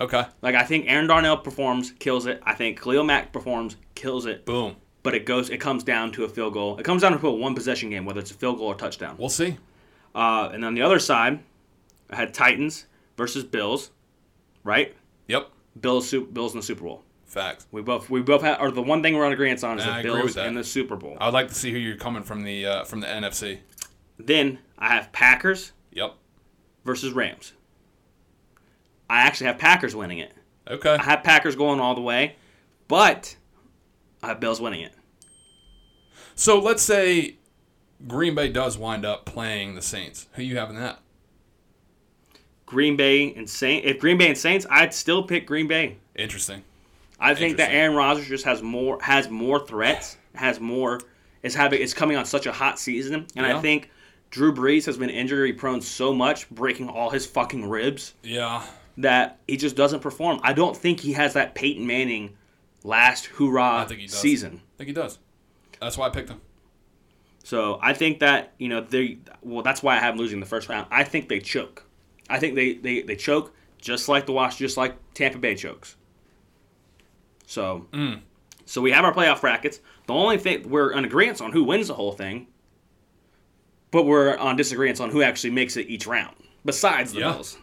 Speaker 3: Okay.
Speaker 2: Like I think Aaron Darnell performs, kills it. I think Khalil Mack performs, kills it.
Speaker 3: Boom.
Speaker 2: But it goes, it comes down to a field goal. It comes down to a one possession game, whether it's a field goal or touchdown.
Speaker 3: We'll see.
Speaker 2: Uh, and on the other side, I had Titans versus Bills, right?
Speaker 3: Yep.
Speaker 2: Bills, Su- Bills in the Super Bowl.
Speaker 3: Facts.
Speaker 2: We both we both have, or the one thing we're on agreement on is
Speaker 3: I
Speaker 2: the
Speaker 3: agree with
Speaker 2: Bills
Speaker 3: that.
Speaker 2: and the Super Bowl.
Speaker 3: I would like to see who you're coming from the uh, from the NFC.
Speaker 2: Then I have Packers
Speaker 3: Yep.
Speaker 2: versus Rams. I actually have Packers winning it.
Speaker 3: Okay.
Speaker 2: I have Packers going all the way, but I have Bills winning it.
Speaker 3: So let's say Green Bay does wind up playing the Saints. Who you having that?
Speaker 2: Green Bay and Saint. If Green Bay and Saints, I'd still pick Green Bay.
Speaker 3: Interesting.
Speaker 2: I think that
Speaker 3: Interesting.
Speaker 2: Aaron Rodgers just has more has more threats, has more is having is coming on such a hot season, and
Speaker 3: Yeah.
Speaker 2: I think Drew Brees has been injury prone so much, breaking all his fucking ribs.
Speaker 3: Yeah.
Speaker 2: that he just doesn't perform. I don't think he has that Peyton Manning last
Speaker 3: I
Speaker 2: hoorah
Speaker 3: think he does.
Speaker 2: season.
Speaker 3: I think he does. That's why I picked him.
Speaker 2: So I think that you know they well that's why I have them losing the first round. I think they choke. I think they they, they choke just like the Wash, just like Tampa Bay chokes. So
Speaker 3: Mm.
Speaker 2: so we have our playoff brackets. The only thing we're in agreement on who wins the whole thing, but we're on disagreements on who actually makes it each round. Besides the
Speaker 3: Yeah.
Speaker 2: Bills,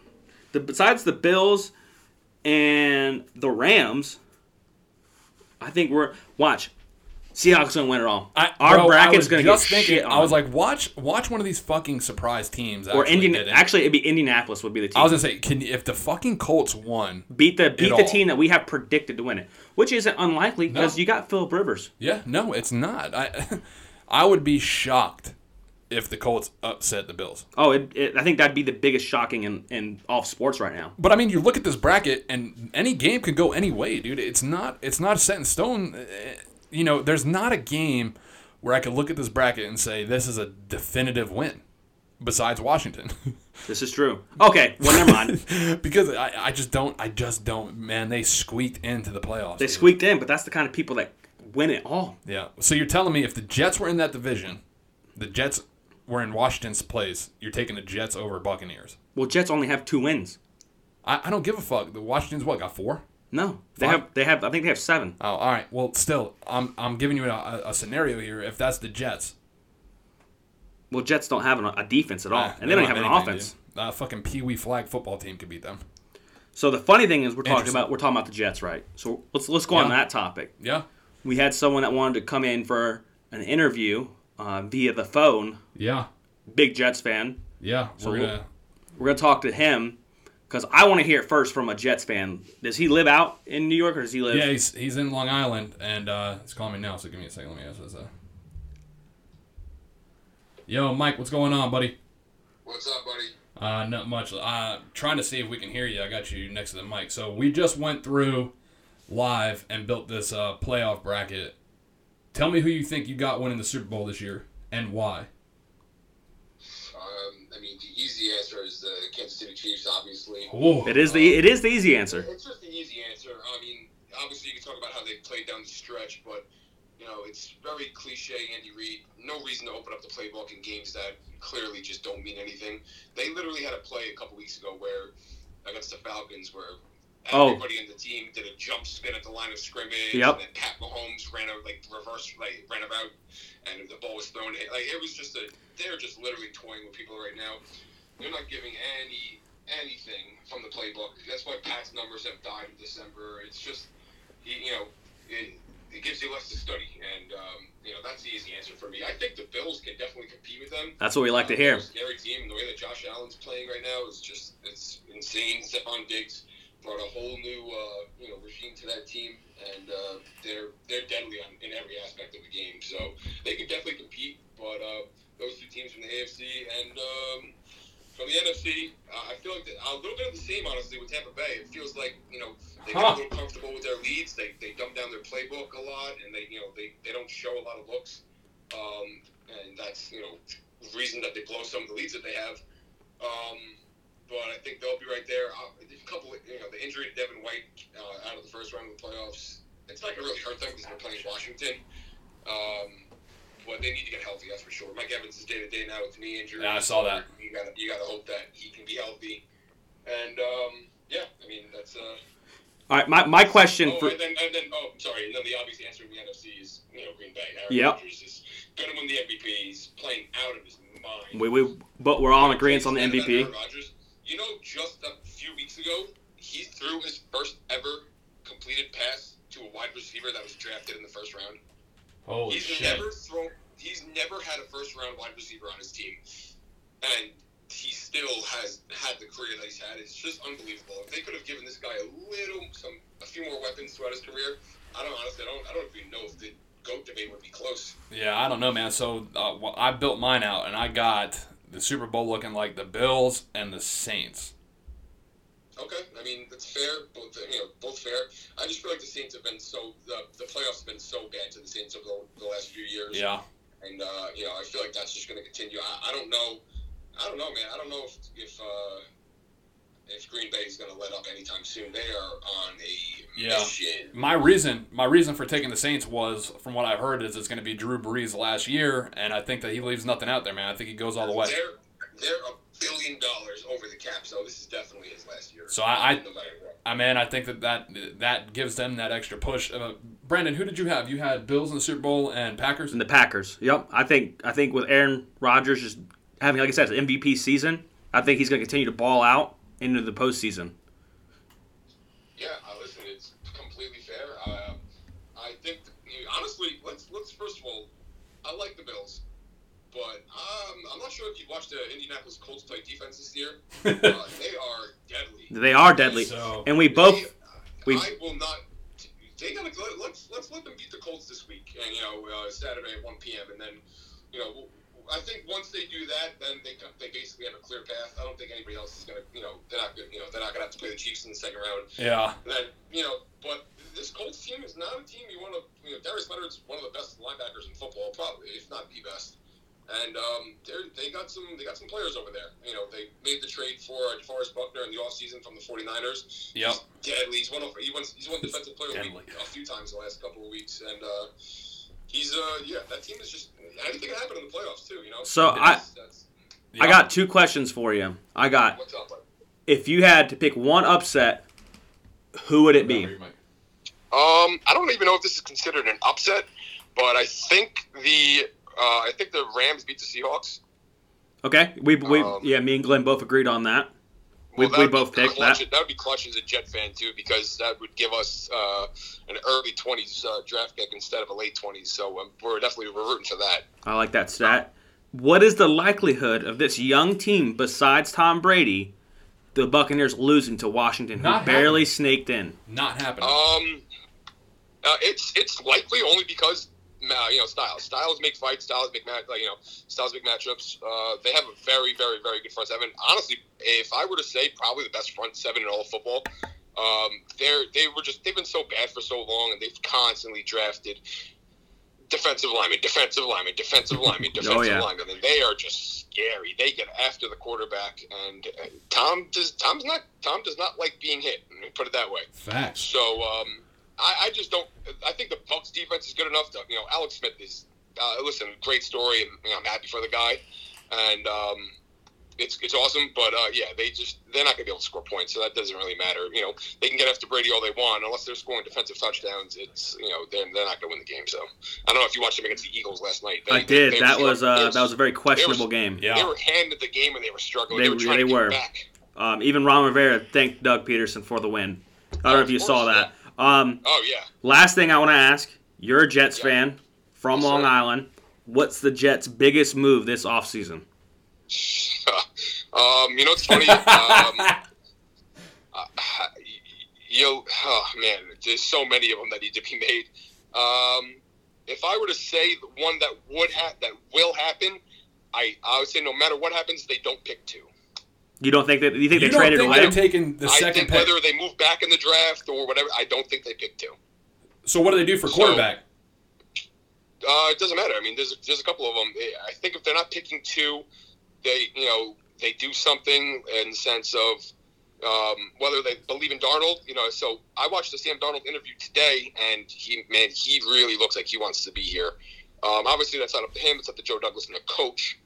Speaker 2: the besides the Bills and the Rams, I think we're watch. Seahawks gonna win it all.
Speaker 3: I,
Speaker 2: Our
Speaker 3: bro, I
Speaker 2: bracket's
Speaker 3: was
Speaker 2: gonna
Speaker 3: just
Speaker 2: get
Speaker 3: thinking,
Speaker 2: shit on.
Speaker 3: I was like, watch, watch one of these fucking surprise teams.
Speaker 2: or
Speaker 3: actually
Speaker 2: Indian.
Speaker 3: did it.
Speaker 2: Actually, it'd be Indianapolis would be the team.
Speaker 3: I was gonna say, can if the fucking Colts won?
Speaker 2: beat the beat the
Speaker 3: all.
Speaker 2: team that we have predicted to win it, which isn't unlikely because
Speaker 3: No.
Speaker 2: you got Philip Rivers.
Speaker 3: Yeah, no, it's not. I, I would be shocked if the Colts upset the Bills.
Speaker 2: Oh, it, it, I think that'd be the biggest shocking in, in all of sports right now.
Speaker 3: But I mean, you look at this bracket, and any game could go any way, dude. It's not it's not set in stone. Eh, You know, there's not a game where I could look at this bracket and say this is a definitive win, besides Washington,
Speaker 2: This is true. Okay, well never mind.
Speaker 3: because I, I just don't I just don't man. They squeaked into the playoffs.
Speaker 2: They
Speaker 3: dude.
Speaker 2: squeaked in, but that's the kind of people that win it all.
Speaker 3: Yeah. So you're telling me if the Jets were in that division, the Jets were in Washington's place, you're taking the Jets over Buccaneers.
Speaker 2: Well, Jets only have two wins.
Speaker 3: I, I don't give a fuck. The Washington's what got four?
Speaker 2: No, they
Speaker 3: Five?
Speaker 2: have they have. I think they have seven.
Speaker 3: Oh, all right. Well, still, I'm I'm giving you a- a, a scenario here. If that's the Jets,
Speaker 2: Well, Jets don't have an, a defense at all,
Speaker 3: ah,
Speaker 2: and they don't, have, an
Speaker 3: anything,
Speaker 2: offense.
Speaker 3: dude. That fucking Pee Wee flag football team could beat them.
Speaker 2: So the funny thing is, we're talking
Speaker 3: Interesting.
Speaker 2: about we're talking about the Jets, right? So let's let's go on
Speaker 3: Yeah.
Speaker 2: that topic.
Speaker 3: Yeah.
Speaker 2: we had someone that wanted to come in for an interview uh, via the phone.
Speaker 3: Yeah.
Speaker 2: Big Jets fan.
Speaker 3: Yeah. We're
Speaker 2: we'll-
Speaker 3: gonna.
Speaker 2: We're gonna talk to him because I want to hear it first from a Jets fan. Does he live out in New York or does he live?
Speaker 3: Yeah, he's, he's in Long Island, and uh, he's calling me now. So give me a second. Let me ask this. Uh... Yo, Mike, what's going on, buddy?
Speaker 4: What's up, buddy?
Speaker 3: Uh, not much. Uh, trying to see if we can hear you. I got you next to the mic. So we just went through live and built this uh, playoff bracket. Tell me who you think you got winning the Super Bowl this year and why.
Speaker 4: Um, I mean, the easy answer is the Kansas City Chiefs, obviously.
Speaker 3: Whoa.
Speaker 2: It is the it is the easy answer.
Speaker 4: It's just the easy answer. I mean, obviously, you can talk about how they played down the stretch, but, you know, it's very cliche, Andy Reid. No reason to open up the playbook in games that clearly just don't mean anything. They literally had a play a couple weeks ago where, against the Falcons, where
Speaker 2: Oh.
Speaker 4: everybody in the team did a jump spin at the line of scrimmage.
Speaker 2: Yep.
Speaker 4: And then Pat Mahomes ran out, like, reverse, like, ran about, and the ball was thrown. Like, it was just a, they're just literally toying with people right now. They're not giving any anything from the playbook. That's why Pat's numbers have died in December. It's just, he, you know, it, it gives you less to study, and um, you know that's the easy answer for me. I think the Bills can definitely compete with them.
Speaker 2: That's what we like to
Speaker 4: Uh,
Speaker 2: hear.
Speaker 4: they're a Scary team, and the way that Josh Allen's playing right now is just it's insane. Stephon Diggs brought a whole new uh, you know regime to that team, and uh, they're they're deadly on, in every aspect of the game. So they can definitely compete, but uh, those two teams from the AFC and. Um, from the NFC, uh, I feel like the- a little bit of the same, honestly, with Tampa Bay. It feels like you know they get
Speaker 3: Huh.
Speaker 4: a little comfortable with their leads. They, they dumb down their playbook a lot, and they you know they, they don't show a lot of looks, um, and that's you know the reason that they blow some of the leads that they have. Um, but I think they'll be right there. Uh, there's a couple, you know, the injury to Devin White uh, out of the first round of the playoffs. It's not gonna really hurt them because they're playing Washington. Um, but they need to get healthy, that's for sure. Mike Evans is day to day now with knee injury.
Speaker 3: Yeah, I saw that.
Speaker 4: You gotta you gotta hope that he can be healthy. And um, yeah, I mean that's uh.
Speaker 2: All right, my, my question
Speaker 4: Oh,
Speaker 2: for
Speaker 4: and then and then oh, I'm sorry. And then the obvious answer in the NFC is you know Green Bay. Aaron
Speaker 2: Yep.
Speaker 4: Rodgers is gonna win the MVP. He's playing out of his mind.
Speaker 2: we, we but we're all in agreement on the
Speaker 4: Aaron
Speaker 2: MVP.
Speaker 4: Rodgers, you know, just a few weeks ago, he threw his first ever completed pass to a wide receiver that was drafted in the first round.
Speaker 3: Holy
Speaker 4: He's
Speaker 3: shit.
Speaker 4: never thrown. He's never had a first round wide receiver on his team, and he still has had the career that he's had. It's just unbelievable. If they could have given this guy a little, some, a few more weapons throughout his career, I don't honestly, I don't, I don't even know if the goat debate would be close.
Speaker 3: Yeah, I don't know, man. So uh, wh- I built mine out, and I got the Super Bowl looking like the Bills and the Saints.
Speaker 4: Okay, I mean that's fair. Both you know, both fair. I just feel like the Saints have been so the, the playoffs have been so bad to the Saints over the, the last few years.
Speaker 3: Yeah.
Speaker 4: and uh, you know, I feel like that's just going to continue. I, I don't know. I don't know, man. I don't know if, if uh, if Green Bay is going to let up anytime soon, they are on a
Speaker 3: Yeah.
Speaker 4: mission.
Speaker 3: My reason, my reason for taking the Saints was, from what I've heard, is it's going to be Drew Brees last year, and I think that he leaves nothing out there, man. I think he goes all the way.
Speaker 4: They're they're a billion dollars over the cap, so this is definitely his last year.
Speaker 3: So I- I-
Speaker 4: no matter what.
Speaker 3: I mean, I think that that, that gives them that extra push. Uh, Brandon, who did you have? You had Bills in the Super Bowl and Packers.
Speaker 2: And the Packers. Yep. I think I think with Aaron Rodgers just having, like I said, an MVP season, I think he's going to continue to ball out into the postseason.
Speaker 4: Yeah, I listen. It's completely fair. Uh, I think you know, honestly, let's let's first of all, I like the Bills, but um, I'm not sure if you watched the Indianapolis Colts play defense this year. uh, they are deadly.
Speaker 2: They are deadly,
Speaker 3: So-
Speaker 2: and we both.
Speaker 4: They,
Speaker 2: we-
Speaker 4: I will not. They gotta let, let's let's let them beat the Colts this week, and you know uh, Saturday at 1 p.m. and then you know we'll- I think once they do that, then they co- they basically have a clear path. I don't think anybody else is gonna you know they're not gonna, you know they're not gonna have to play the Chiefs in the second round.
Speaker 3: Yeah,
Speaker 4: And then you know, but this Colts team is not a team you want to. You know, Darius Leonard's one of the best linebackers in football, probably if not the best. And um, they're- they got some they got some players over there. You know, they made the trade for uh, DeForest Buckner in the offseason from the 49ers.
Speaker 3: Yep.
Speaker 4: He's deadly. He's one of he's won, he's won defensive player of the week
Speaker 3: Deadly.
Speaker 4: a few times the last couple of weeks, and uh, he's uh yeah that team is just anything can happen in the playoffs too. You know.
Speaker 2: So I-
Speaker 4: That's- that's-
Speaker 3: Yeah.
Speaker 2: I got two questions for you. I got
Speaker 4: what's up. bud?
Speaker 2: if you had to pick one upset, who would it be?
Speaker 4: Um, I don't even know if this is considered an upset, but I think the uh, I think the Rams beat the Seahawks.
Speaker 2: Okay, we we
Speaker 4: Um,
Speaker 2: yeah, me and Glenn both agreed on that. We-
Speaker 4: that
Speaker 2: we
Speaker 4: would
Speaker 2: both
Speaker 4: be
Speaker 2: picked
Speaker 4: clutch-
Speaker 2: that.
Speaker 4: That would be clutch as a Jet fan too, because that would give us uh, an early twenties uh, draft pick instead of a late twenties. So um, we're definitely we're rooting for that.
Speaker 2: I like that stat. What is the likelihood of this young team, besides Tom Brady, the Buccaneers losing to Washington, who
Speaker 3: Not
Speaker 2: barely
Speaker 3: happening.
Speaker 2: snaked in?
Speaker 3: not happening.
Speaker 4: Um, uh, it's it's likely only because uh, you know Styles. Styles make fights. Styles make match. Like, you know Styles make matchups. Uh, they have a very very very good front seven. Honestly, if I were to say, probably the best front seven in all of football. Um, they're they were just they've been so bad for so long, and they've constantly drafted defensive linemen, defensive linemen, defensive linemen, defensive
Speaker 2: yeah.
Speaker 4: linemen, and they are just scary. They get after the quarterback, and uh, Tom does Tom's not Tom does not like being hit. Let me put it that way.
Speaker 3: Facts.
Speaker 4: So um, I, I just don't. I think the Bucks defense is good enough. To, you know, Alex Smith is. Uh, listen, great story, and you know, I'm happy for the guy, and um, it's it's awesome. But uh, yeah, they just they're not going to be able to score points, so that doesn't really matter. You know, they can get after Brady all they want, unless they're scoring defensive touchdowns. It's you know they're, they're not going to win the game. So I don't know if you watched them against the Eagles last night. They-
Speaker 2: I did.
Speaker 4: they-
Speaker 2: That
Speaker 4: they-
Speaker 2: was
Speaker 4: they
Speaker 2: uh,
Speaker 4: were-
Speaker 2: that was a very questionable game.
Speaker 3: Yeah.
Speaker 4: They were handed the game and they were struggling.
Speaker 2: They-
Speaker 4: They, were trying
Speaker 2: they
Speaker 4: to get
Speaker 2: were.
Speaker 4: back.
Speaker 2: Um, even Ron Rivera thanked Doug Peterson for the win. I don't know if you
Speaker 4: Of
Speaker 2: saw
Speaker 4: course,
Speaker 2: that. Um,
Speaker 4: Oh yeah.
Speaker 2: last thing I want to ask: You're a Jets
Speaker 4: Yeah.
Speaker 2: fan from
Speaker 4: Yes,
Speaker 2: Long
Speaker 4: sir.
Speaker 2: Island. What's the Jets' biggest move this offseason?
Speaker 4: um, you know, it's funny. Um, uh, you, oh man, there's so many of them that need to be made. Um, if I were to say the one that would ha- that will happen, I I would say no matter what happens, they don't pick two.
Speaker 2: You don't think that? You think
Speaker 3: you
Speaker 2: they
Speaker 3: don't
Speaker 2: traded
Speaker 3: think
Speaker 2: away?
Speaker 3: they're taking the
Speaker 4: I
Speaker 3: second
Speaker 4: think
Speaker 3: pick?
Speaker 4: whether they move back in the draft or whatever, I don't think they pick two.
Speaker 3: so what do they do for quarterback?
Speaker 4: Uh, it doesn't matter. I mean, there's there's a couple of them. I think if they're not picking two, they you know they do something in the sense of um, whether they believe in Darnold. You know, so I watched the Sam Darnold interview today, and he man, he really looks like he wants to be here. Um, obviously, that's not up to him. It's up to Joe Douglas and the coach.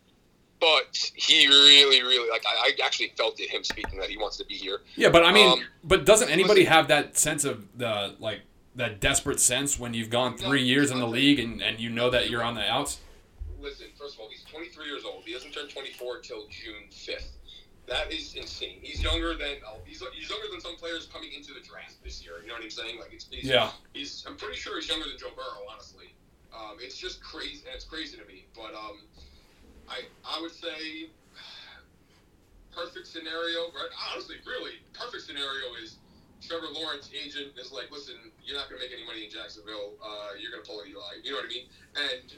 Speaker 4: But he really, really like. I, I actually felt it him speaking that he wants to be here.
Speaker 3: Yeah, but I mean,
Speaker 4: Um,
Speaker 3: but doesn't anybody
Speaker 4: listen-
Speaker 3: have that sense of the like that desperate sense when you've gone
Speaker 4: No,
Speaker 3: three years in the
Speaker 4: okay.
Speaker 3: league and, and you know that you're on the outs?
Speaker 4: listen, first of all, he's 23 years old. He doesn't turn 24 until June 5th. That is insane. He's younger than he's, he's younger than some players coming into the draft this year. You know what I'm saying? Like it's he's,
Speaker 3: Yeah.
Speaker 4: He's I'm pretty sure he's younger than Joe Burrow. Honestly, um, it's just crazy. It's crazy to me. But um, I I would say perfect scenario. Right? Honestly, really perfect scenario is Trevor Lawrence agent is like, listen, you're not gonna make any money in Jacksonville. Uh, you're gonna pull an Eli. You know what I mean? And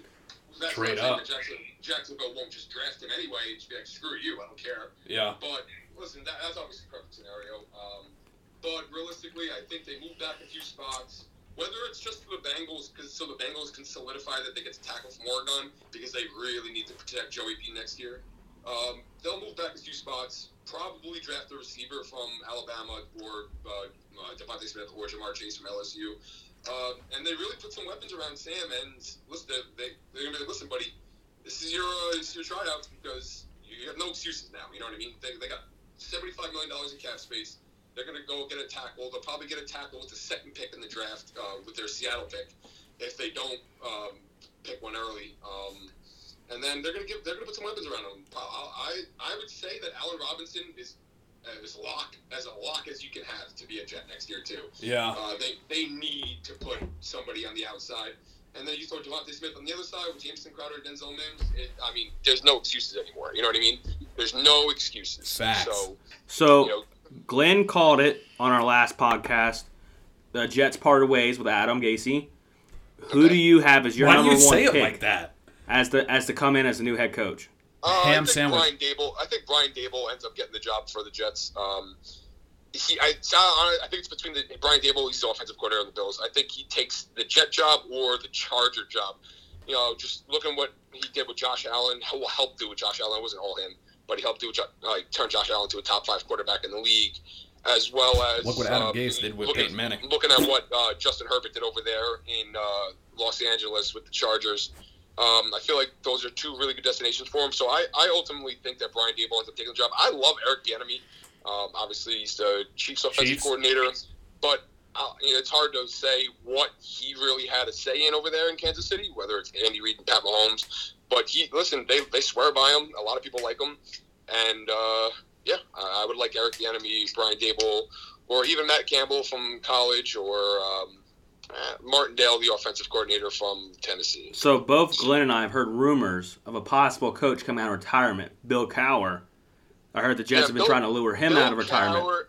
Speaker 4: that's
Speaker 3: Trade up.
Speaker 4: what I'm saying, but Jackson, Jacksonville won't just draft him anyway. And just be like, screw you, I don't care.
Speaker 3: Yeah.
Speaker 4: But listen, that, that's obviously a perfect scenario. Um, but realistically, I think they move back a few spots. Whether it's just for the Bengals, cause, so the Bengals can solidify that they get to tackle from Oregon because they really need to protect Joey B next year. Um, they'll move back a few spots. Probably draft a receiver from Alabama or uh, uh, Devontae Smith or Jamar Chase from LSU. Uh, and they really put some weapons around Sam. And listen, they, they, they're gonna be like, listen, buddy, this is your uh, this is your tryouts because you have no excuses now. You know what I mean? They, they got seventy five million dollars in cap space. They're gonna go get a tackle. They'll probably get a tackle with the second pick in the draft uh, with their Seattle pick if they don't um, pick one early. Um, and then they're gonna give they're gonna put some weapons around him. I I, I would say that Allen Robinson is uh, is lock as a lock as you can have to be a Jet next year too.
Speaker 3: Yeah.
Speaker 4: Uh, they they need to put somebody on the outside, and then you throw Devontae Smith on the other side with Jameson Crowder, and Denzel Mims. It, I mean, there's no excuses anymore. You know what I mean? There's no excuses.
Speaker 3: Facts.
Speaker 4: So
Speaker 2: So
Speaker 4: you know,
Speaker 2: Glenn called it on our last podcast. The Jets parted ways with Adam Gacy. Who do you have as your
Speaker 3: Why do
Speaker 2: number
Speaker 3: you
Speaker 2: one
Speaker 3: say
Speaker 2: pick
Speaker 3: it like that?
Speaker 2: as the as to come in as the new head coach?
Speaker 4: Uh,
Speaker 3: Ham
Speaker 4: I think
Speaker 3: sandwich.
Speaker 4: Brian Dable. I think Brian Dable ends up getting the job for the Jets. Um, he, I, I I think it's between the, Brian Dable. He's the offensive coordinator on the Bills. I think he takes the Jet job or the Charger job. You know, just looking what he did with Josh Allen. He will help do with Josh Allen. It wasn't all him, but he helped do with Jo- like turn Josh Allen to a top five quarterback in the league, as well as
Speaker 3: Look what Adam
Speaker 4: uh,
Speaker 3: Gase did with
Speaker 4: look at-
Speaker 3: Peyton Manning.
Speaker 4: looking at what uh, Justin Herbert did over there in uh, Los Angeles with the Chargers, um, I feel like those are two really good destinations for him. So I, I ultimately think that Brian Dable ends up taking the job. I love Eric Bieniemy. Um, obviously, he's the Chiefs offensive
Speaker 3: Chiefs.
Speaker 4: coordinator, but uh, you know, it's hard to say what he really had a say in over there in Kansas City, whether it's Andy Reid and Pat Mahomes. But he listen, they, they swear by him. A lot of people like him, and uh, yeah, I, I would like Eric Bieniemy, Brian Dable or even Matt Campbell from college, or um, uh, Martindale, the offensive coordinator from Tennessee.
Speaker 2: So both Glenn and I have heard rumors of a possible coach coming out of retirement, Bill Cower. I heard the Jets
Speaker 4: Yeah,
Speaker 2: have been
Speaker 4: Bill-
Speaker 2: trying to lure him out of retirement.
Speaker 4: Cowher-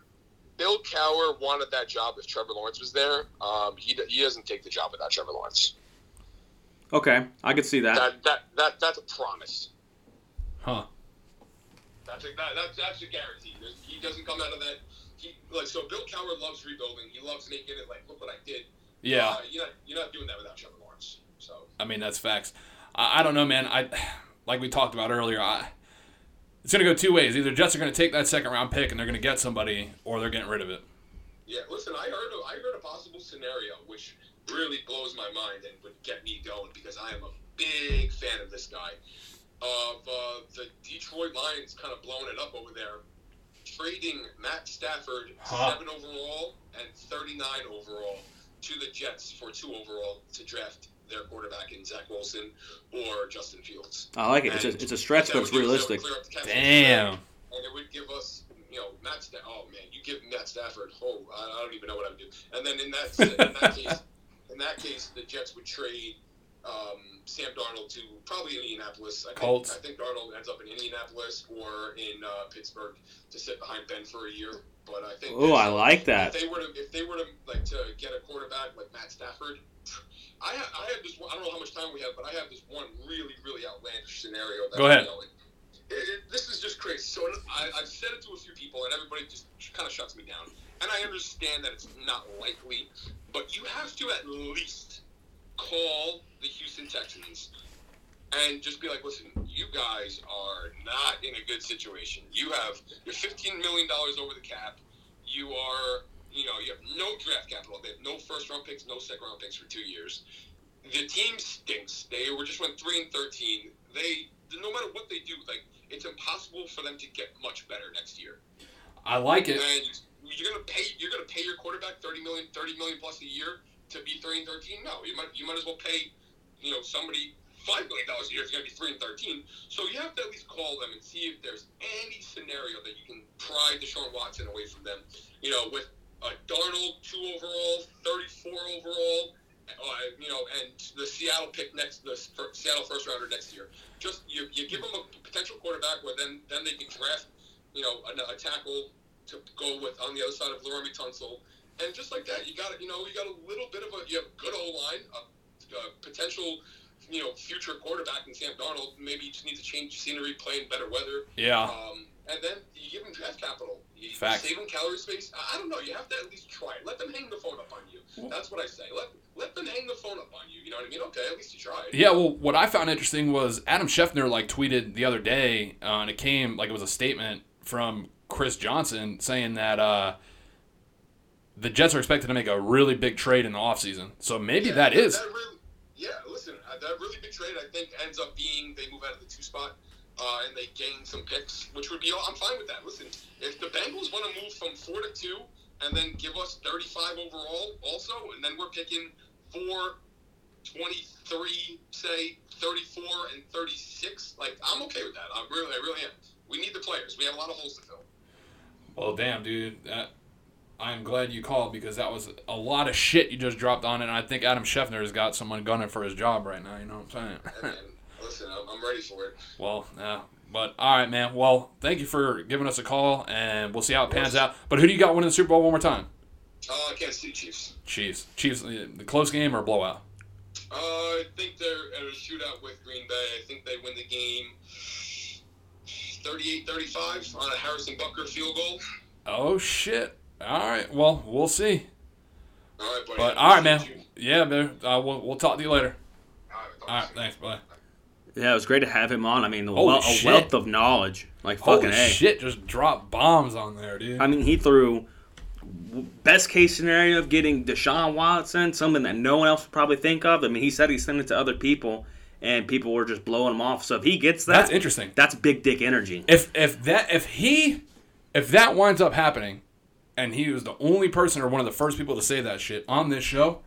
Speaker 4: Bill Cower wanted that job if Trevor Lawrence was there. Um, he, he doesn't take the job without Trevor Lawrence.
Speaker 2: Okay, I could see that.
Speaker 4: That, that, that, that's a promise.
Speaker 3: Huh.
Speaker 4: That's a, that, that's, that's a guarantee. There's, he doesn't come out of that. He, like so, Bill Cower loves rebuilding. He loves making it like, look what I did.
Speaker 3: Yeah.
Speaker 4: Uh, you're not you're not doing that without Trevor Lawrence. So
Speaker 3: I mean, that's facts. I, I don't know, man. I like we talked about earlier. I, it's gonna go two ways. Either Jets are gonna take that second round pick and they're gonna get somebody, or they're getting rid of it.
Speaker 4: Yeah, listen, I heard a, I heard a possible scenario which really blows my mind and would get me going because I am a big fan of this guy. Of uh, the Detroit Lions kind of blowing it up over there, trading Matt Stafford
Speaker 3: Huh.
Speaker 4: seven overall and thirty nine overall to the Jets for two overall to draft their quarterback in Zach Wilson or Justin Fields.
Speaker 2: I like it. It's a, it's a stretch, but
Speaker 4: That
Speaker 2: it's
Speaker 4: would give us- that
Speaker 2: realistic.
Speaker 4: would clear up the cap space.
Speaker 3: Damn.
Speaker 4: and it would give us, you know, Matt Stafford. Oh man, you give Matt Stafford. Oh, I, I don't even know what I would do. And then in that in that case, in that case, the Jets would trade um, Sam Darnold to probably Indianapolis. I think,
Speaker 3: Colts.
Speaker 4: I think Darnold ends up in Indianapolis or in uh, Pittsburgh to sit behind Ben for a year. But I think
Speaker 2: Oh, I
Speaker 4: that's-
Speaker 2: like that.
Speaker 4: if they were to, if they were to like to get a quarterback like Matt Stafford, I have, I have this. One, I don't know how much time we have, but I have this one really, really outlandish scenario. That
Speaker 3: Go ahead.
Speaker 4: you know, it- it- this is just crazy. So I, I've said it to a few people, and everybody just kind of shuts me down. And I understand that it's not likely, but you have to at least call the Houston Texans and just be like, listen, you guys are not in a good situation. You have you're fifteen million dollars over the cap. You are you know, you have no draft capital. They have no first round picks, no second round picks for two years. The team stinks. They were just went three and thirteen. They no matter what they do, like it's impossible for them to get much better next year.
Speaker 3: I like it.
Speaker 4: And you're gonna pay you're gonna pay your quarterback 30 million, 30 million plus a year to be three and thirteen. No, you might you might as well pay you know somebody five million dollars a year. It's gonna be three and thirteen. So you have to at least call them and see if there's any scenario that you can pry Deshaun Watson away from them. You know, with a Darnold two overall, 34 overall. Uh, you know, and the Seattle pick next, the fir- Seattle first rounder next year. Just you, you give them a potential quarterback, where then then they can draft, you know, a, a tackle to go with on the other side of Laramie Tunsil, and just like that, you got you know you got a little bit of a you have a good O line, a, a potential you know future quarterback in Sam Donald. Maybe you just need to change the scenery, play in better weather.
Speaker 3: Yeah.
Speaker 4: Um, and then you give them draft capital. You
Speaker 3: Ah. Facts.
Speaker 4: save them calorie space. I I don't know. You have to at least try it. Let them hang the phone up on you. That's what I say. Let let them hang the phone up on you. You know what I mean? Okay, at least you tried.
Speaker 3: Yeah, well, what I found interesting was Adam Scheffner like tweeted the other day, uh, and it came like it was a statement from Chris Johnson saying that uh, the Jets are expected to make a really big trade in the offseason. So maybe that is.
Speaker 4: really- yeah, listen, uh, that really big trade I think ends up being they move out of the two spot uh, and they gain some picks, which would be all. I'm fine with that. Listen, if the Bengals want to move from four to two and then give us 35 overall, also, and then we're picking four, 23, say 34 and 36, like I'm okay with that. I'm really, I really am. We need the players. We have a lot of holes to fill.
Speaker 3: Well, Oh, damn, dude. That, I'm glad you called because that was a lot of shit you just dropped on it, and I think Adam Scheffner has got someone gunning for his job right now. You know what I'm saying?
Speaker 4: And listen, I'm, I'm ready for it.
Speaker 3: Well, yeah. But all right, man. Well, thank you for giving us a call, and we'll see how it pans out. But who do you got winning the Super Bowl one more time?
Speaker 4: Uh, Kansas City Chiefs.
Speaker 3: Chiefs. Chiefs. uh, The close game or blowout?
Speaker 4: Uh, I think they're at a shootout with Green Bay. I think they win the game 38-35 on a Harrison Bucker field goal.
Speaker 3: Oh shit! All right. Well, we'll see.
Speaker 4: All right, buddy.
Speaker 3: But all right, man. Yeah, man. Uh, we'll, we'll talk to you later. All right. Thanks. Bye.
Speaker 2: Yeah, it was great to have him on. I mean, a,
Speaker 3: Holy
Speaker 2: wel- a
Speaker 3: shit.
Speaker 2: wealth of knowledge. Like fucking
Speaker 3: Holy
Speaker 2: a.
Speaker 3: shit! Just drop bombs on there, dude.
Speaker 2: I mean, he threw w- best case scenario of getting Deshaun Watson, something that no one else would probably think of. I mean, he said he sent it to other people, and people were just blowing him off. So if he gets that,
Speaker 3: That's interesting.
Speaker 2: That's big dick energy.
Speaker 3: if if that if he if that winds up happening and he was the only person or one of the first people to say that shit on this show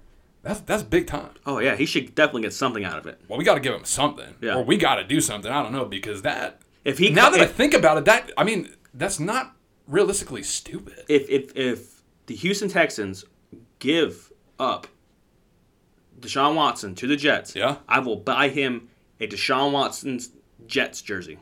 Speaker 3: that's that's big time
Speaker 2: Oh yeah, he should definitely get something out of it.
Speaker 3: well we got to give him something
Speaker 2: Yeah.
Speaker 3: or we got to do something i don't know because that
Speaker 2: If he
Speaker 3: now that i
Speaker 2: if,
Speaker 3: think about it that i mean that's not realistically stupid
Speaker 2: if if if the Houston Texans give up Deshaun Watson to the Jets,
Speaker 3: Yeah.
Speaker 2: I will buy him a Deshaun Watson's Jets jersey.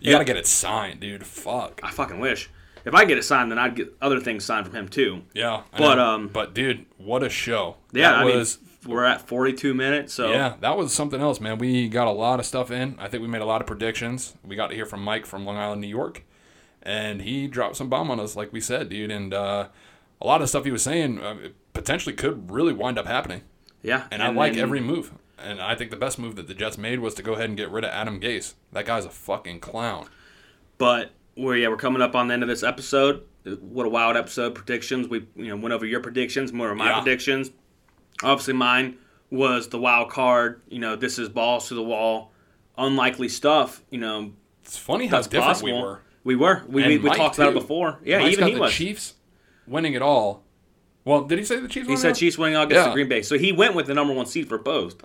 Speaker 3: you got to get it signed dude fuck
Speaker 2: I fucking wish. If I get it signed, then I'd get other things signed from him too.
Speaker 3: yeah I
Speaker 2: But,
Speaker 3: know.
Speaker 2: um,
Speaker 3: but dude what a show
Speaker 2: Yeah,
Speaker 3: that
Speaker 2: I
Speaker 3: was
Speaker 2: mean, we're at 42 minutes, so
Speaker 3: yeah, that was something else, man. We got a lot of stuff in. I think we made a lot of predictions. We got to hear from Mike from Long Island, New York, and he dropped some bomb on us, like we said, dude. And uh, a lot of the stuff he was saying uh, it potentially could really wind up happening.
Speaker 2: yeah.
Speaker 3: And, I like
Speaker 2: then-
Speaker 3: every move. And I think the best move that the Jets made was to go ahead and get rid of Adam Gase. That guy's a fucking clown.
Speaker 2: But we're yeah, we're coming up on the end of this episode. What a wild episode! Predictions. We you know went over your predictions, more of my
Speaker 3: Yeah.
Speaker 2: predictions. Obviously, mine was the wild card. You know, this is balls to the wall, unlikely stuff. You know,
Speaker 3: It's funny how different
Speaker 2: possible.
Speaker 3: we were.
Speaker 2: We were. We, we,
Speaker 3: And
Speaker 2: we
Speaker 3: Mike,
Speaker 2: talked about it
Speaker 3: too.
Speaker 2: before. Yeah,
Speaker 3: Mike's
Speaker 2: even
Speaker 3: got
Speaker 2: he
Speaker 3: the
Speaker 2: was.
Speaker 3: Chiefs winning it all. Well, did he say the Chiefs?
Speaker 2: He
Speaker 3: winning it all?
Speaker 2: said Chiefs winning all against
Speaker 3: Oh, Yeah.
Speaker 2: the Green Bay. So he went with the number one seed for both.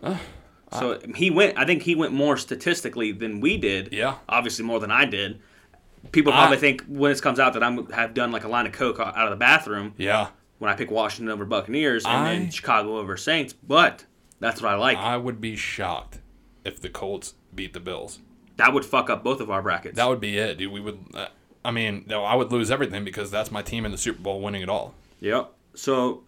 Speaker 2: so he went. I think he went more statistically than we did.
Speaker 3: Yeah.
Speaker 2: Obviously more than I did. People probably
Speaker 3: I-
Speaker 2: think when this comes out that I'm have done like a line of coke out of the bathroom
Speaker 3: Yeah.
Speaker 2: when I pick Washington over Buccaneers and
Speaker 3: I-
Speaker 2: then Chicago over Saints. But that's what I like.
Speaker 3: I would be shocked if the Colts beat the Bills.
Speaker 2: that would fuck up both of our brackets.
Speaker 3: That would be it, dude. We would. Uh, I mean, no, I would lose everything because that's my team in the Super Bowl winning it all.
Speaker 2: Yep. So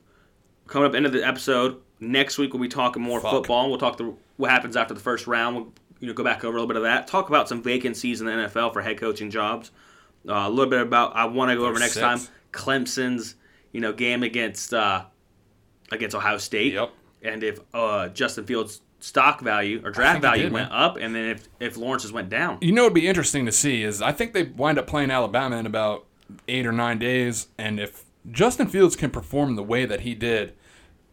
Speaker 2: coming up end of the episode next week, we'll be talking more
Speaker 3: Fuck.
Speaker 2: football. We'll talk the what happens after the first round. We'll you know go back over a little bit of that. Talk about some vacancies in the NFL for head coaching jobs. Uh, a little bit about I want to go over next
Speaker 3: There's
Speaker 2: time
Speaker 3: six.
Speaker 2: Clemson's you know game against uh, against Ohio State.
Speaker 3: Yep.
Speaker 2: And if uh, Justin Fields' stock value or draft
Speaker 3: think he
Speaker 2: value
Speaker 3: did,
Speaker 2: went
Speaker 3: man.
Speaker 2: up, and then if if Lawrence's went down.
Speaker 3: You know, it'd be interesting to see is I think they wind up playing Alabama in about eight or nine days, and if Justin Fields can perform the way that he did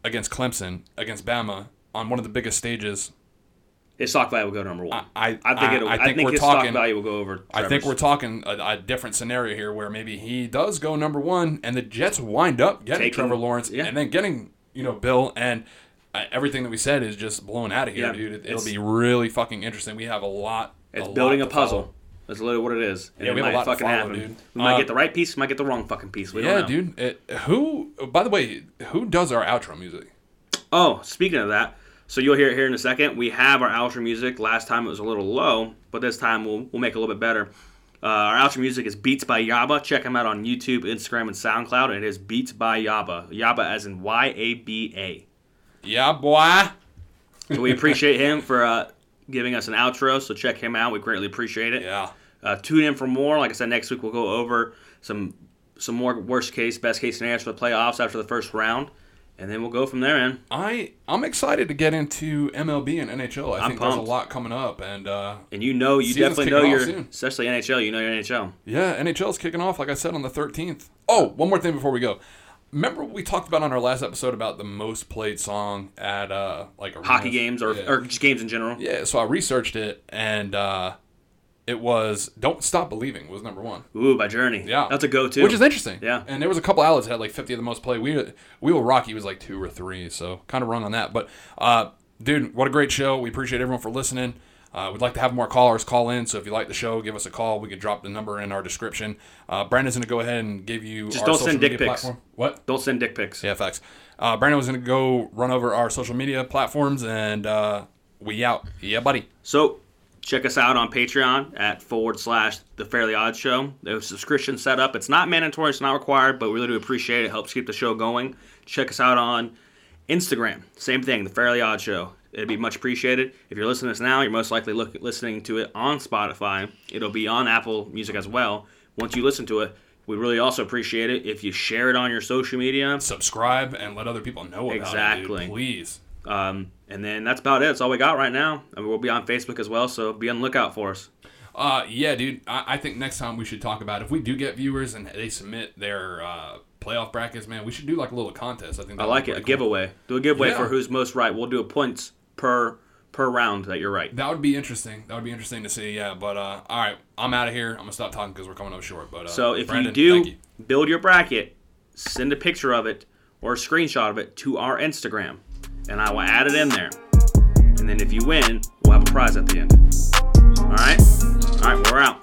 Speaker 3: against Clemson, against Bama on one of the biggest stages,
Speaker 2: His stock value will go number one. I
Speaker 3: I-
Speaker 2: think
Speaker 3: I-
Speaker 2: it'll.
Speaker 3: I
Speaker 2: I
Speaker 3: think
Speaker 2: think,
Speaker 3: we're
Speaker 2: his
Speaker 3: talking-
Speaker 2: stock value will go over.
Speaker 3: I think
Speaker 2: Trevor's.
Speaker 3: we're talking a, a different scenario here where maybe he does go number one and the Jets wind up getting
Speaker 2: Taking-
Speaker 3: Trevor Lawrence
Speaker 2: yeah.
Speaker 3: and then getting, you know, Bill and uh, everything that we said is just blown out of here,
Speaker 2: Yeah,
Speaker 3: dude. It, will
Speaker 2: it's-
Speaker 3: be really fucking interesting. We have a lot.
Speaker 2: It's
Speaker 3: lot
Speaker 2: building a
Speaker 3: to follow.
Speaker 2: puzzle. That's literally what it is. And
Speaker 3: Yeah,
Speaker 2: it
Speaker 3: we have a
Speaker 2: might
Speaker 3: lot to
Speaker 2: fucking
Speaker 3: follow,
Speaker 2: happen.
Speaker 3: dude.
Speaker 2: We might
Speaker 3: Uh,
Speaker 2: get the right piece, we might get the wrong fucking piece. We
Speaker 3: Yeah,
Speaker 2: don't know.
Speaker 3: dude. It, who, by the way, who does our outro music?
Speaker 2: Oh, speaking of that, so you'll hear it here in a second. We have our outro music. Last time it was a little low, but this time we'll, we'll make it a little bit better. Uh, our outro music is Beats by Yaba. Check them out on YouTube, Instagram, and SoundCloud. It is Beats by Yaba. Yaba as in Y A B A.
Speaker 3: Yeah, boy.
Speaker 2: So we appreciate him for uh, giving us an outro. So check him out. We greatly appreciate it.
Speaker 3: Yeah.
Speaker 2: Uh, tune in for more. Like I said, next week we'll go over some some more worst case, best case scenarios for the playoffs after the first round, and then we'll go from there. Man,
Speaker 3: I I'm excited to get into MLB and NHL. I
Speaker 2: I'm
Speaker 3: think there's
Speaker 2: pumped.
Speaker 3: a lot coming up, and uh,
Speaker 2: and you know, you
Speaker 3: Season's
Speaker 2: definitely
Speaker 3: kicking
Speaker 2: know
Speaker 3: off
Speaker 2: your,
Speaker 3: soon.
Speaker 2: especially NHL. You know your NHL.
Speaker 3: yeah, NHL's kicking off. Like I said on the 13th. Oh, one more thing before we go. Remember what we talked about on our last episode about the most played song at uh like arenas?
Speaker 2: Hockey games or
Speaker 3: Yeah.
Speaker 2: or just games in general.
Speaker 3: yeah. So I researched it, and uh, it was "Don't Stop Believing" was number one.
Speaker 2: Ooh, by Journey.
Speaker 3: Yeah,
Speaker 2: that's a go-to.
Speaker 3: which is interesting.
Speaker 2: Yeah.
Speaker 3: and there was a couple outlets that had like fifty of the most play. We we will Rocky was like two or three, so kind of wrong on that. But uh, dude, what a great show! We appreciate everyone for listening. Uh, we'd like to have more callers call in, so if you like the show, give us a call. We could drop the number in our description. Uh, Brandon's gonna go ahead and give you
Speaker 2: Just
Speaker 3: our
Speaker 2: don't
Speaker 3: social
Speaker 2: send
Speaker 3: media
Speaker 2: dick pics.
Speaker 3: platform. What?
Speaker 2: Don't send dick pics.
Speaker 3: Yeah, facts. Uh, Brandon was gonna go run over our social media platforms, and uh, we out. Yeah, buddy.
Speaker 2: So check us out on Patreon at forward slash the Fairly Odd Show. There's a subscription set up. It's not mandatory, it's not required, but we really do appreciate it. It helps keep the show going. Check us out on Instagram. Same thing, the Fairly Odd Show. It'd be much appreciated. If you're listening to this now, you're most likely look, listening to it on Spotify. It'll be on Apple Music as well. Once you listen to it, we really also appreciate it if you share it on your social media.
Speaker 3: Subscribe and let other people know about it,
Speaker 2: Exactly.
Speaker 3: dude. Please.
Speaker 2: Um, and then that's about it. That's all we got right now. And we'll be on Facebook as well, so be on the lookout for us.
Speaker 3: Uh, yeah, dude. I, I think next time we should talk about if we do get viewers and they submit their uh, playoff brackets, man, we should do like a little contest. I think
Speaker 2: I like it. A giveaway. Do a giveaway
Speaker 3: Yeah.
Speaker 2: for who's most right. We'll do a points per per round that you're right.
Speaker 3: That would be interesting. That would be interesting to see. Yeah, but uh, all right, I'm out of here. I'm gonna stop talking because we're coming up short. But uh,
Speaker 2: So if
Speaker 3: Brandon,
Speaker 2: you
Speaker 3: thank
Speaker 2: do build your bracket, send a picture of it or a screenshot of it to our Instagram, and I will add it in there. And then if you win, we'll have a prize at the end. All right. All right. We're out.